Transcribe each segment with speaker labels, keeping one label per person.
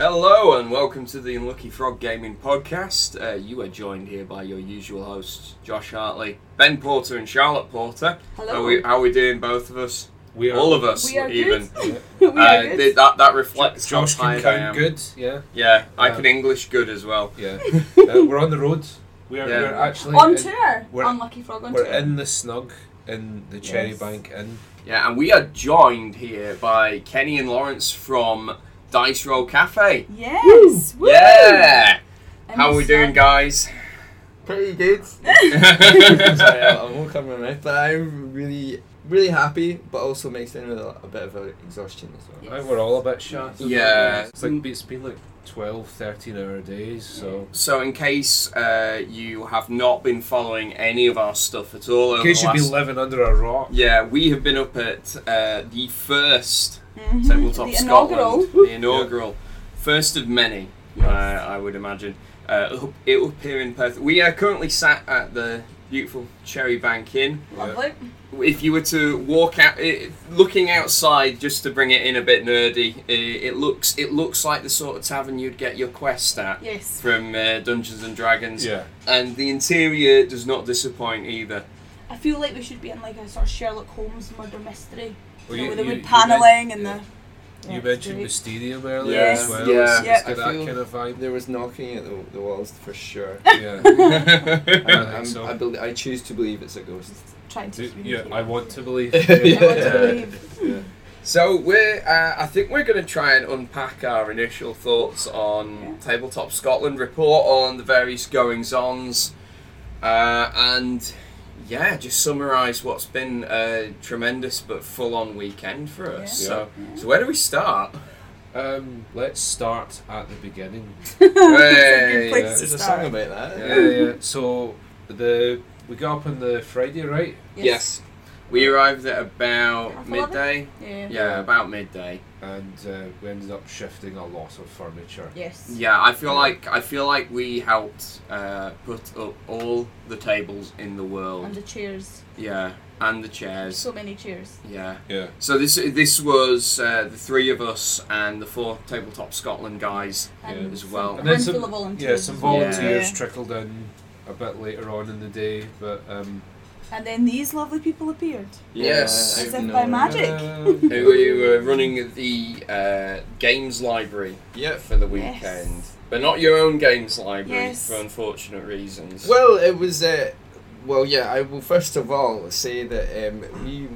Speaker 1: and welcome to the Unlucky Frog Gaming Podcast. Uh, you are joined here by your usual hosts, Josh Hartley, Ben Porter, and Charlotte Porter.
Speaker 2: Hello.
Speaker 1: Are we, how are we doing, both of us?
Speaker 3: We are
Speaker 1: All of us,
Speaker 2: We are
Speaker 1: even.
Speaker 2: good. we are
Speaker 1: Uh,
Speaker 2: good.
Speaker 1: th- that that reflects
Speaker 3: Josh
Speaker 1: how
Speaker 3: can
Speaker 1: tired I am.
Speaker 3: count good. Yeah,
Speaker 1: Yeah, I
Speaker 3: Yeah.
Speaker 1: can English good as well.
Speaker 3: yeah. Uh, we're on the road. We are.
Speaker 1: Yeah.
Speaker 3: We're actually
Speaker 2: on
Speaker 3: in,
Speaker 2: tour.
Speaker 3: we're-
Speaker 2: Unlucky Frog on
Speaker 3: We're
Speaker 2: tour.
Speaker 3: in the snug in the Cherry
Speaker 2: Yes.
Speaker 3: Bank Inn.
Speaker 1: Yeah, and we are joined here by Kenny and Lawrence from Dice Roll Cafe.
Speaker 2: yes. Woo.
Speaker 1: Yeah!
Speaker 2: And
Speaker 1: How are we
Speaker 2: so-
Speaker 1: doing, guys?
Speaker 4: Pretty good. Sorry, I, I
Speaker 1: yeah,
Speaker 4: won't cover my mouth, but I'm really, really happy, but also mixed in with a, a bit of a exhaustion as well.
Speaker 2: Yeah.
Speaker 3: I think we're all a bit shot.
Speaker 1: Yeah.
Speaker 3: It's like it's been like 12, 13 hour days. So
Speaker 1: so in case uh, you have not been following any of our stuff at all, over
Speaker 3: in case
Speaker 1: the
Speaker 3: you've been
Speaker 1: last-
Speaker 3: living under a rock.
Speaker 1: yeah, we have been up at uh, the first
Speaker 2: Mhm.
Speaker 1: Tabletop
Speaker 2: the
Speaker 1: Scotland,
Speaker 2: inaugural.
Speaker 1: the inaugural, first of many, uh, I would imagine. Uh, up- it up here in Perth. We are currently sat at the beautiful Cherry Bank Inn.
Speaker 2: Lovely.
Speaker 1: If you were to walk out, it, looking outside, just to bring it in a bit nerdy, it, it looks it looks like the sort of tavern you'd get your quest at
Speaker 2: Yes.
Speaker 1: from uh, Dungeons and Dragons.
Speaker 3: Yeah.
Speaker 1: And the interior does not disappoint either.
Speaker 2: I feel like we should be in like a sort of Sherlock Holmes murder mystery.
Speaker 3: Well,
Speaker 2: you know,
Speaker 3: you-
Speaker 2: with the
Speaker 3: you-
Speaker 2: wood
Speaker 3: you
Speaker 2: paneling
Speaker 3: men-
Speaker 2: and
Speaker 3: yeah.
Speaker 2: the.
Speaker 3: You
Speaker 2: Yeah,
Speaker 3: mentioned
Speaker 2: it's
Speaker 3: Mysterium earlier
Speaker 2: Yes.
Speaker 3: as well.
Speaker 1: Yeah.
Speaker 3: It's-
Speaker 2: Yeah.
Speaker 3: It's got
Speaker 4: I
Speaker 3: that
Speaker 4: feel-
Speaker 3: kind of vibe.
Speaker 4: There was knocking at the, the walls for sure.
Speaker 3: Yeah. I don't
Speaker 4: I'm-
Speaker 3: think so.
Speaker 4: I, belie- I choose to believe it's a ghost.
Speaker 2: great. Trying to.
Speaker 3: Do- yeah,
Speaker 2: communicate
Speaker 3: I
Speaker 2: with
Speaker 3: want
Speaker 2: you.
Speaker 3: to believe.
Speaker 2: I want
Speaker 3: Yeah.
Speaker 2: to believe.
Speaker 4: Yeah.
Speaker 1: So we're, uh, I think we're going to try and unpack our initial thoughts on
Speaker 2: Yeah.
Speaker 1: Tabletop Scotland, report on the various goings ons, uh, and yeah, just summarise what's been a tremendous but full on weekend for us.
Speaker 3: Yeah.
Speaker 1: So, so where do we start?
Speaker 3: Um, let's start at the beginning.
Speaker 2: It's a
Speaker 1: Hey,
Speaker 2: good place
Speaker 3: yeah.
Speaker 2: to
Speaker 4: There's a
Speaker 2: start.
Speaker 4: song about that.
Speaker 3: Yeah, yeah. Um, So the we got up on the Friday, right?
Speaker 1: Yes, we arrived at about
Speaker 2: Half
Speaker 1: midday.
Speaker 2: Yeah.
Speaker 1: Yeah, about midday.
Speaker 3: And uh, we ended up shifting a lot of furniture.
Speaker 2: Yes.
Speaker 1: Yeah, I feel like I feel like we helped uh, put up all the tables in the world.
Speaker 2: And the chairs.
Speaker 1: Yeah, and the chairs.
Speaker 2: So many chairs.
Speaker 1: Yeah.
Speaker 3: Yeah.
Speaker 1: So this this was uh, the three of us and the four tabletop Scotland guys.
Speaker 2: And
Speaker 3: Yeah,
Speaker 1: as well.
Speaker 2: Some,
Speaker 1: And
Speaker 3: then
Speaker 2: handful
Speaker 3: some-
Speaker 2: of volunteers.
Speaker 3: Yeah,
Speaker 2: as
Speaker 3: some
Speaker 2: well.
Speaker 3: volunteers
Speaker 2: Yeah.
Speaker 3: trickled in a bit later on in the day, but um,
Speaker 2: And then these lovely people appeared.
Speaker 1: Yes.
Speaker 2: As
Speaker 4: I've
Speaker 2: if
Speaker 4: no
Speaker 2: by
Speaker 4: idea.
Speaker 2: magic.
Speaker 3: uh,
Speaker 1: Who we were running the uh, games library
Speaker 4: Yep.
Speaker 1: for the weekend, but not your own games library
Speaker 2: Yes.
Speaker 1: for unfortunate reasons.
Speaker 4: Well, it was. Uh, well, yeah. I will first of all say that um, we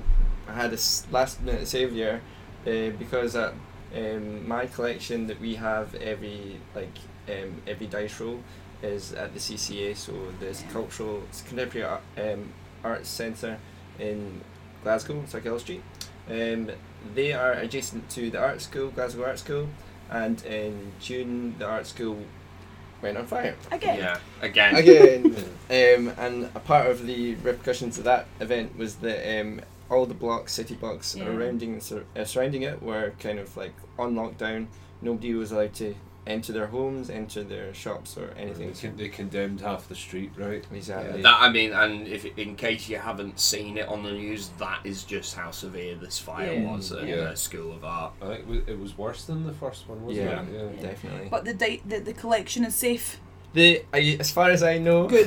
Speaker 4: had a s- last minute saviour uh, because at um, my collection that we have every like um, every dice roll is at the CCA, so this
Speaker 2: Yeah.
Speaker 4: cultural it's contemporary art, um, arts centre in Glasgow, Circle Street. Um, they are adjacent to the art school, Glasgow Art School, and in June the art school went on fire
Speaker 2: Again.
Speaker 1: yeah, again.
Speaker 4: again. um, and a part of the repercussions of that event was that um, all the blocks, city blocks
Speaker 2: Yeah.
Speaker 4: surrounding sur- uh, surrounding it were kind of like on lockdown. Nobody was allowed to enter their homes, enter their shops, or anything.
Speaker 3: They, con- they condemned half the street, right?
Speaker 4: Exactly.
Speaker 1: That I mean, and if in case you haven't seen it on the news, that is just how severe this fire
Speaker 2: Yeah.
Speaker 1: was at
Speaker 3: Yeah.
Speaker 1: the School of Art.
Speaker 3: I think it was- it was worse than the first one, wasn't
Speaker 4: Yeah.
Speaker 3: it? Yeah.
Speaker 4: Definitely.
Speaker 2: But the, di- the the collection is safe.
Speaker 4: the I, as far as I know,
Speaker 2: Good.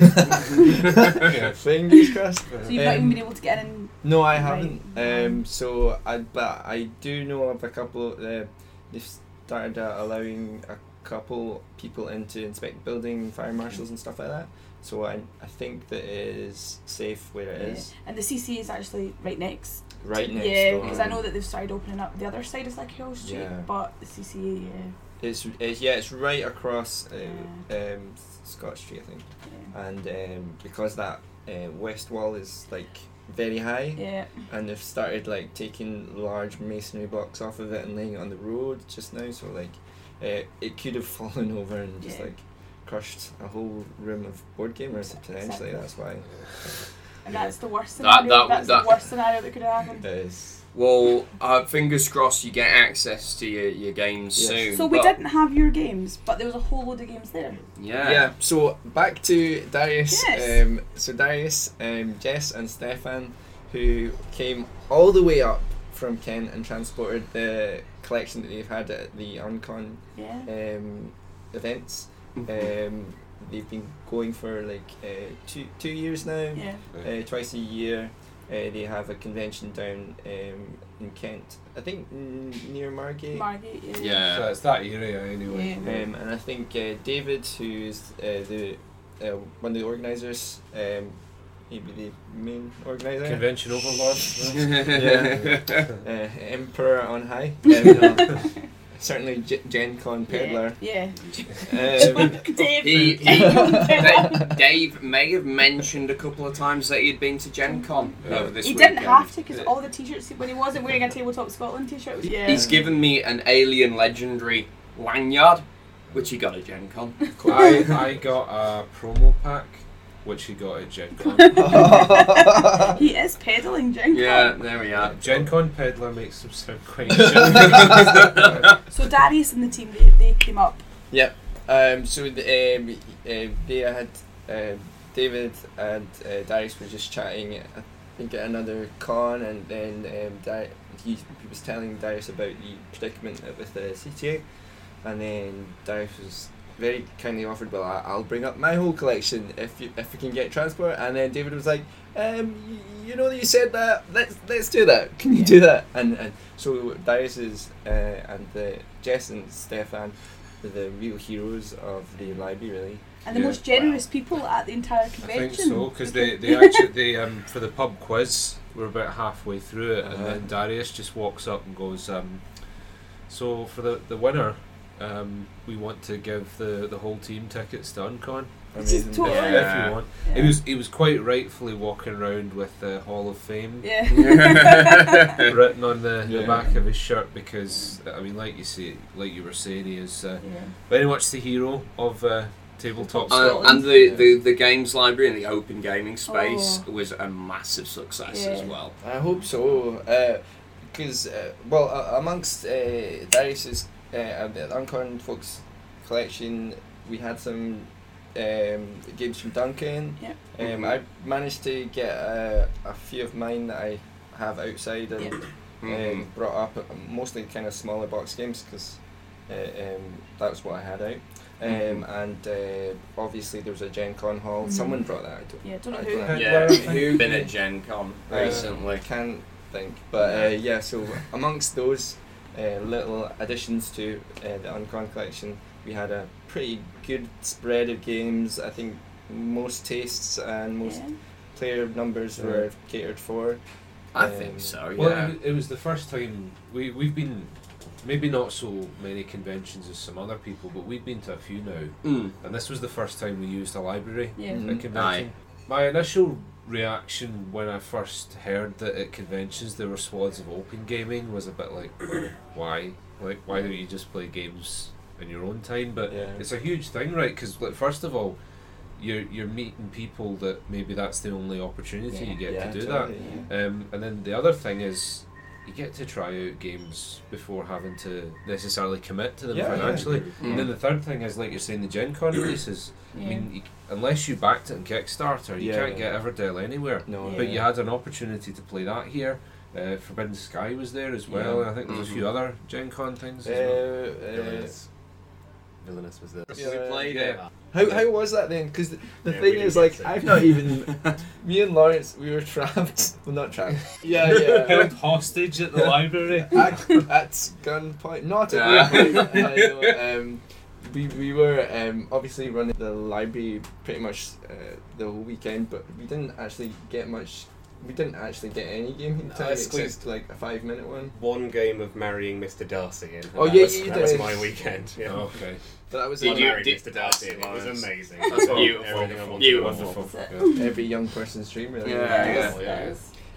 Speaker 4: fingers crossed.
Speaker 2: So you've not even
Speaker 4: Um,
Speaker 2: been able to get in.
Speaker 4: No, I
Speaker 2: Right.
Speaker 4: haven't. Um, so I but I do know of a couple. Uh, they've started uh, allowing a couple people in to inspect building fire marshals and stuff like that. So I I think that it is safe where it
Speaker 2: Yeah.
Speaker 4: is.
Speaker 2: And the CC is actually right next.
Speaker 4: Right next
Speaker 2: yeah,
Speaker 4: door.
Speaker 2: because I know that they've started opening up the other side of like Hill Street,
Speaker 4: Yeah.
Speaker 2: but the CCA, yeah.
Speaker 4: It's, it's yeah, it's right across uh,
Speaker 2: Yeah.
Speaker 4: um, Scott Street, I think.
Speaker 2: yeah.
Speaker 4: And um, because that uh, west wall is like very high,
Speaker 2: Yeah,
Speaker 4: and they've started like taking large masonry blocks off of it and laying it on the road just now so like uh, it could have fallen over and just
Speaker 2: Yeah.
Speaker 4: like crushed a whole room of board gamers
Speaker 2: Exactly.
Speaker 4: potentially that's why
Speaker 2: and that's the worst
Speaker 1: That-
Speaker 2: scenario.
Speaker 1: that-
Speaker 2: that's
Speaker 1: that-
Speaker 2: the worst scenario that could have happened.
Speaker 4: it is
Speaker 1: Well, uh, fingers crossed you get access to your, your games
Speaker 4: Yes.
Speaker 1: soon.
Speaker 2: So we
Speaker 1: but-
Speaker 2: didn't have your games, but there was a whole load of games there.
Speaker 1: Yeah.
Speaker 4: yeah so back to Darius
Speaker 2: Yes.
Speaker 4: um, so Darius um, Jess and Stefan who came all the way up from Kent and transported the collection that they've had at the Uncon
Speaker 2: Yeah.
Speaker 4: um, events.
Speaker 2: Mm-hmm.
Speaker 4: Um, they've been going for like uh, two two years now.
Speaker 2: Yeah.
Speaker 4: Uh, twice a year, uh, they have a convention down um, in Kent. I think n- near Margate.
Speaker 2: Margate.
Speaker 1: Yeah.
Speaker 3: so it's that area anyway.
Speaker 4: Um, and I think uh, David, who's uh, the uh, one of the organisers, um, maybe the main organiser,
Speaker 3: Convention overlord.
Speaker 1: yeah.
Speaker 4: uh, Emperor on High. Um, certainly G- Gen Con peddler.
Speaker 2: Yeah.
Speaker 4: Um,
Speaker 2: Dave.
Speaker 1: He, he,
Speaker 2: he
Speaker 1: Da- Dave may have mentioned a couple of times that he'd been to Gen Con
Speaker 3: Yeah.
Speaker 1: over this
Speaker 2: didn't
Speaker 1: weekend.
Speaker 2: have to because all the t-shirts when he wasn't wearing a tabletop Scotland t-shirt. Was, yeah.
Speaker 1: He's given me an alien legendary lanyard, which he got at Gen Con.
Speaker 3: I, I got a promo pack, which he got at Gen Con.
Speaker 2: he is peddling Gen
Speaker 1: Yeah,
Speaker 2: Con.
Speaker 1: there we are.
Speaker 3: Uh, Gen Con peddler makes them sound quite. shit.
Speaker 2: Um, So Darius and the team they, they came up.
Speaker 4: um, so the, um, um, they had um David and uh, Darius were just chatting. I think at another con, and then um, Di- he, he was telling Darius about the predicament with the CTA, and then Darius was very kindly offered, "Well, I, I'll bring up my whole collection if you if we can get transport." And then David was like, um, y- "You know that you said that. Let's let's do that. Can you do that?" And and so Darius is uh, and the Jess and Stefan were the real heroes of the library, really.
Speaker 2: And the
Speaker 3: Yeah.
Speaker 2: most generous people at the entire
Speaker 3: I
Speaker 2: convention.
Speaker 3: think so because they they actually they um for the pub quiz we're about halfway through it and
Speaker 4: Uh-huh.
Speaker 3: then Darius just walks up and goes um so for the the winner um we want to give the the whole team tickets to Uncon
Speaker 2: Which is
Speaker 4: Amazing.
Speaker 2: totally-
Speaker 1: Yeah.
Speaker 3: if you want.
Speaker 2: Yeah.
Speaker 3: He was he was quite rightfully walking around with the Hall of Fame
Speaker 2: Yeah.
Speaker 3: written on the, the
Speaker 4: Yeah.
Speaker 3: back of his shirt because I mean like you say like you were saying he is uh,
Speaker 2: Yeah.
Speaker 3: very much the hero of uh, tabletop
Speaker 1: Uh,
Speaker 3: Scotland.
Speaker 1: and the, the, the games library and the open gaming space
Speaker 2: Oh.
Speaker 1: was a massive success as
Speaker 2: Yeah.
Speaker 1: well.
Speaker 4: I hope so, because uh, well, uh, amongst uh, Darius's uh, and the Uncorn Folks collection, we had some um, games from Duncan.
Speaker 2: Yep.
Speaker 4: Um,
Speaker 1: Mhm.
Speaker 4: I managed to get uh, a few of mine that I have outside and
Speaker 2: Yep.
Speaker 1: Mhm.
Speaker 3: Mm-hmm.
Speaker 4: um, brought up, uh, mostly kind of smaller box games because uh, um, that was what I had out. Um,
Speaker 3: Mm-hmm.
Speaker 4: And uh, obviously there was a Gen Con hall.
Speaker 2: Mhm.
Speaker 4: Someone brought that. I don't
Speaker 2: Yeah, don't know
Speaker 4: I
Speaker 2: who.
Speaker 4: don't know.
Speaker 1: Yeah,
Speaker 3: Who-
Speaker 1: been at Gen Con
Speaker 4: Uh,
Speaker 1: recently.
Speaker 4: I can't think, but uh, yeah. So amongst those uh, little additions to uh, the Uncon collection, we had a pretty good spread of games. I think most tastes and most
Speaker 2: Yeah.
Speaker 4: player numbers
Speaker 3: Yeah.
Speaker 4: were catered for.
Speaker 1: I
Speaker 4: um,
Speaker 1: think so, yeah.
Speaker 3: Well, it was- it was the first time we we've been maybe not so many conventions as some other people, but we've been to a few now,
Speaker 1: Mm.
Speaker 3: and this was the first time we used a library
Speaker 2: Yeah.
Speaker 4: Mhm.
Speaker 3: at convention. My initial reaction when I first heard that at conventions there were swaths of open gaming was a bit like, why? Like, why don't you just play games in your own time? But
Speaker 4: Yeah.
Speaker 3: it's a huge thing, right? Because like, first of all, you're you're meeting people that maybe that's the only opportunity you
Speaker 2: Yeah.
Speaker 3: get
Speaker 4: yeah,
Speaker 3: to do that.
Speaker 4: totally, yeah.
Speaker 3: Um, and then the other thing is, you get to try out games before having to necessarily commit to them
Speaker 4: Yeah, yeah.
Speaker 3: financially.
Speaker 2: Mm-hmm.
Speaker 3: And then
Speaker 1: Mm.
Speaker 3: the third thing is, like you're saying, the Gen Con releases. I
Speaker 2: Yeah.
Speaker 3: mean, you, unless you backed it on Kickstarter, you
Speaker 4: Yeah,
Speaker 3: can't
Speaker 4: yeah.
Speaker 3: get Everdell anywhere.
Speaker 4: No,
Speaker 2: Yeah.
Speaker 3: But you had an opportunity to play that here. Uh, Forbidden Sky was there as well,
Speaker 4: Yeah.
Speaker 3: and I think there
Speaker 2: Mm-hmm.
Speaker 3: was a few
Speaker 1: Mhm.
Speaker 3: other Gen Con things
Speaker 4: Uh,
Speaker 3: as well.
Speaker 4: uh,
Speaker 5: Villainous. Villainous was the.
Speaker 4: Yeah.
Speaker 1: We played it.
Speaker 3: Yeah.
Speaker 4: how, how was that then? Because the, the
Speaker 5: Yeah, we
Speaker 4: thing
Speaker 5: didn't
Speaker 4: is,
Speaker 5: get
Speaker 4: like,
Speaker 5: to-
Speaker 4: I've not even. me and Lawrence, we were trapped. Well, not trapped. Yeah, yeah.
Speaker 5: hostage at the library.
Speaker 4: at, at gunpoint, not
Speaker 1: Ah.
Speaker 4: at gunpoint. I know, um, we, we were um, obviously running the library pretty much uh, the whole weekend, but we didn't actually get much. We didn't actually get any game
Speaker 5: No, I
Speaker 4: time except
Speaker 5: squeezed-
Speaker 4: like a five minute one.
Speaker 5: One game of marrying Mr. Darcy in.
Speaker 4: Oh,
Speaker 5: that
Speaker 4: yeah,
Speaker 5: was,
Speaker 4: you
Speaker 5: that
Speaker 4: did.
Speaker 5: was my weekend. Yeah.
Speaker 3: Okay.
Speaker 4: But that was
Speaker 1: Did
Speaker 5: I
Speaker 4: like
Speaker 1: you-
Speaker 5: married
Speaker 1: did-
Speaker 5: Mr. Darcy. and It was
Speaker 3: That's-
Speaker 5: amazing.
Speaker 1: that's beautiful,
Speaker 5: Everything I
Speaker 1: beautiful.
Speaker 5: wanted in my life.
Speaker 3: Wonderful.
Speaker 2: That's it.
Speaker 3: Yeah.
Speaker 4: every young person's dream, really.
Speaker 1: Yeah, yeah.
Speaker 2: Yes,
Speaker 5: yeah.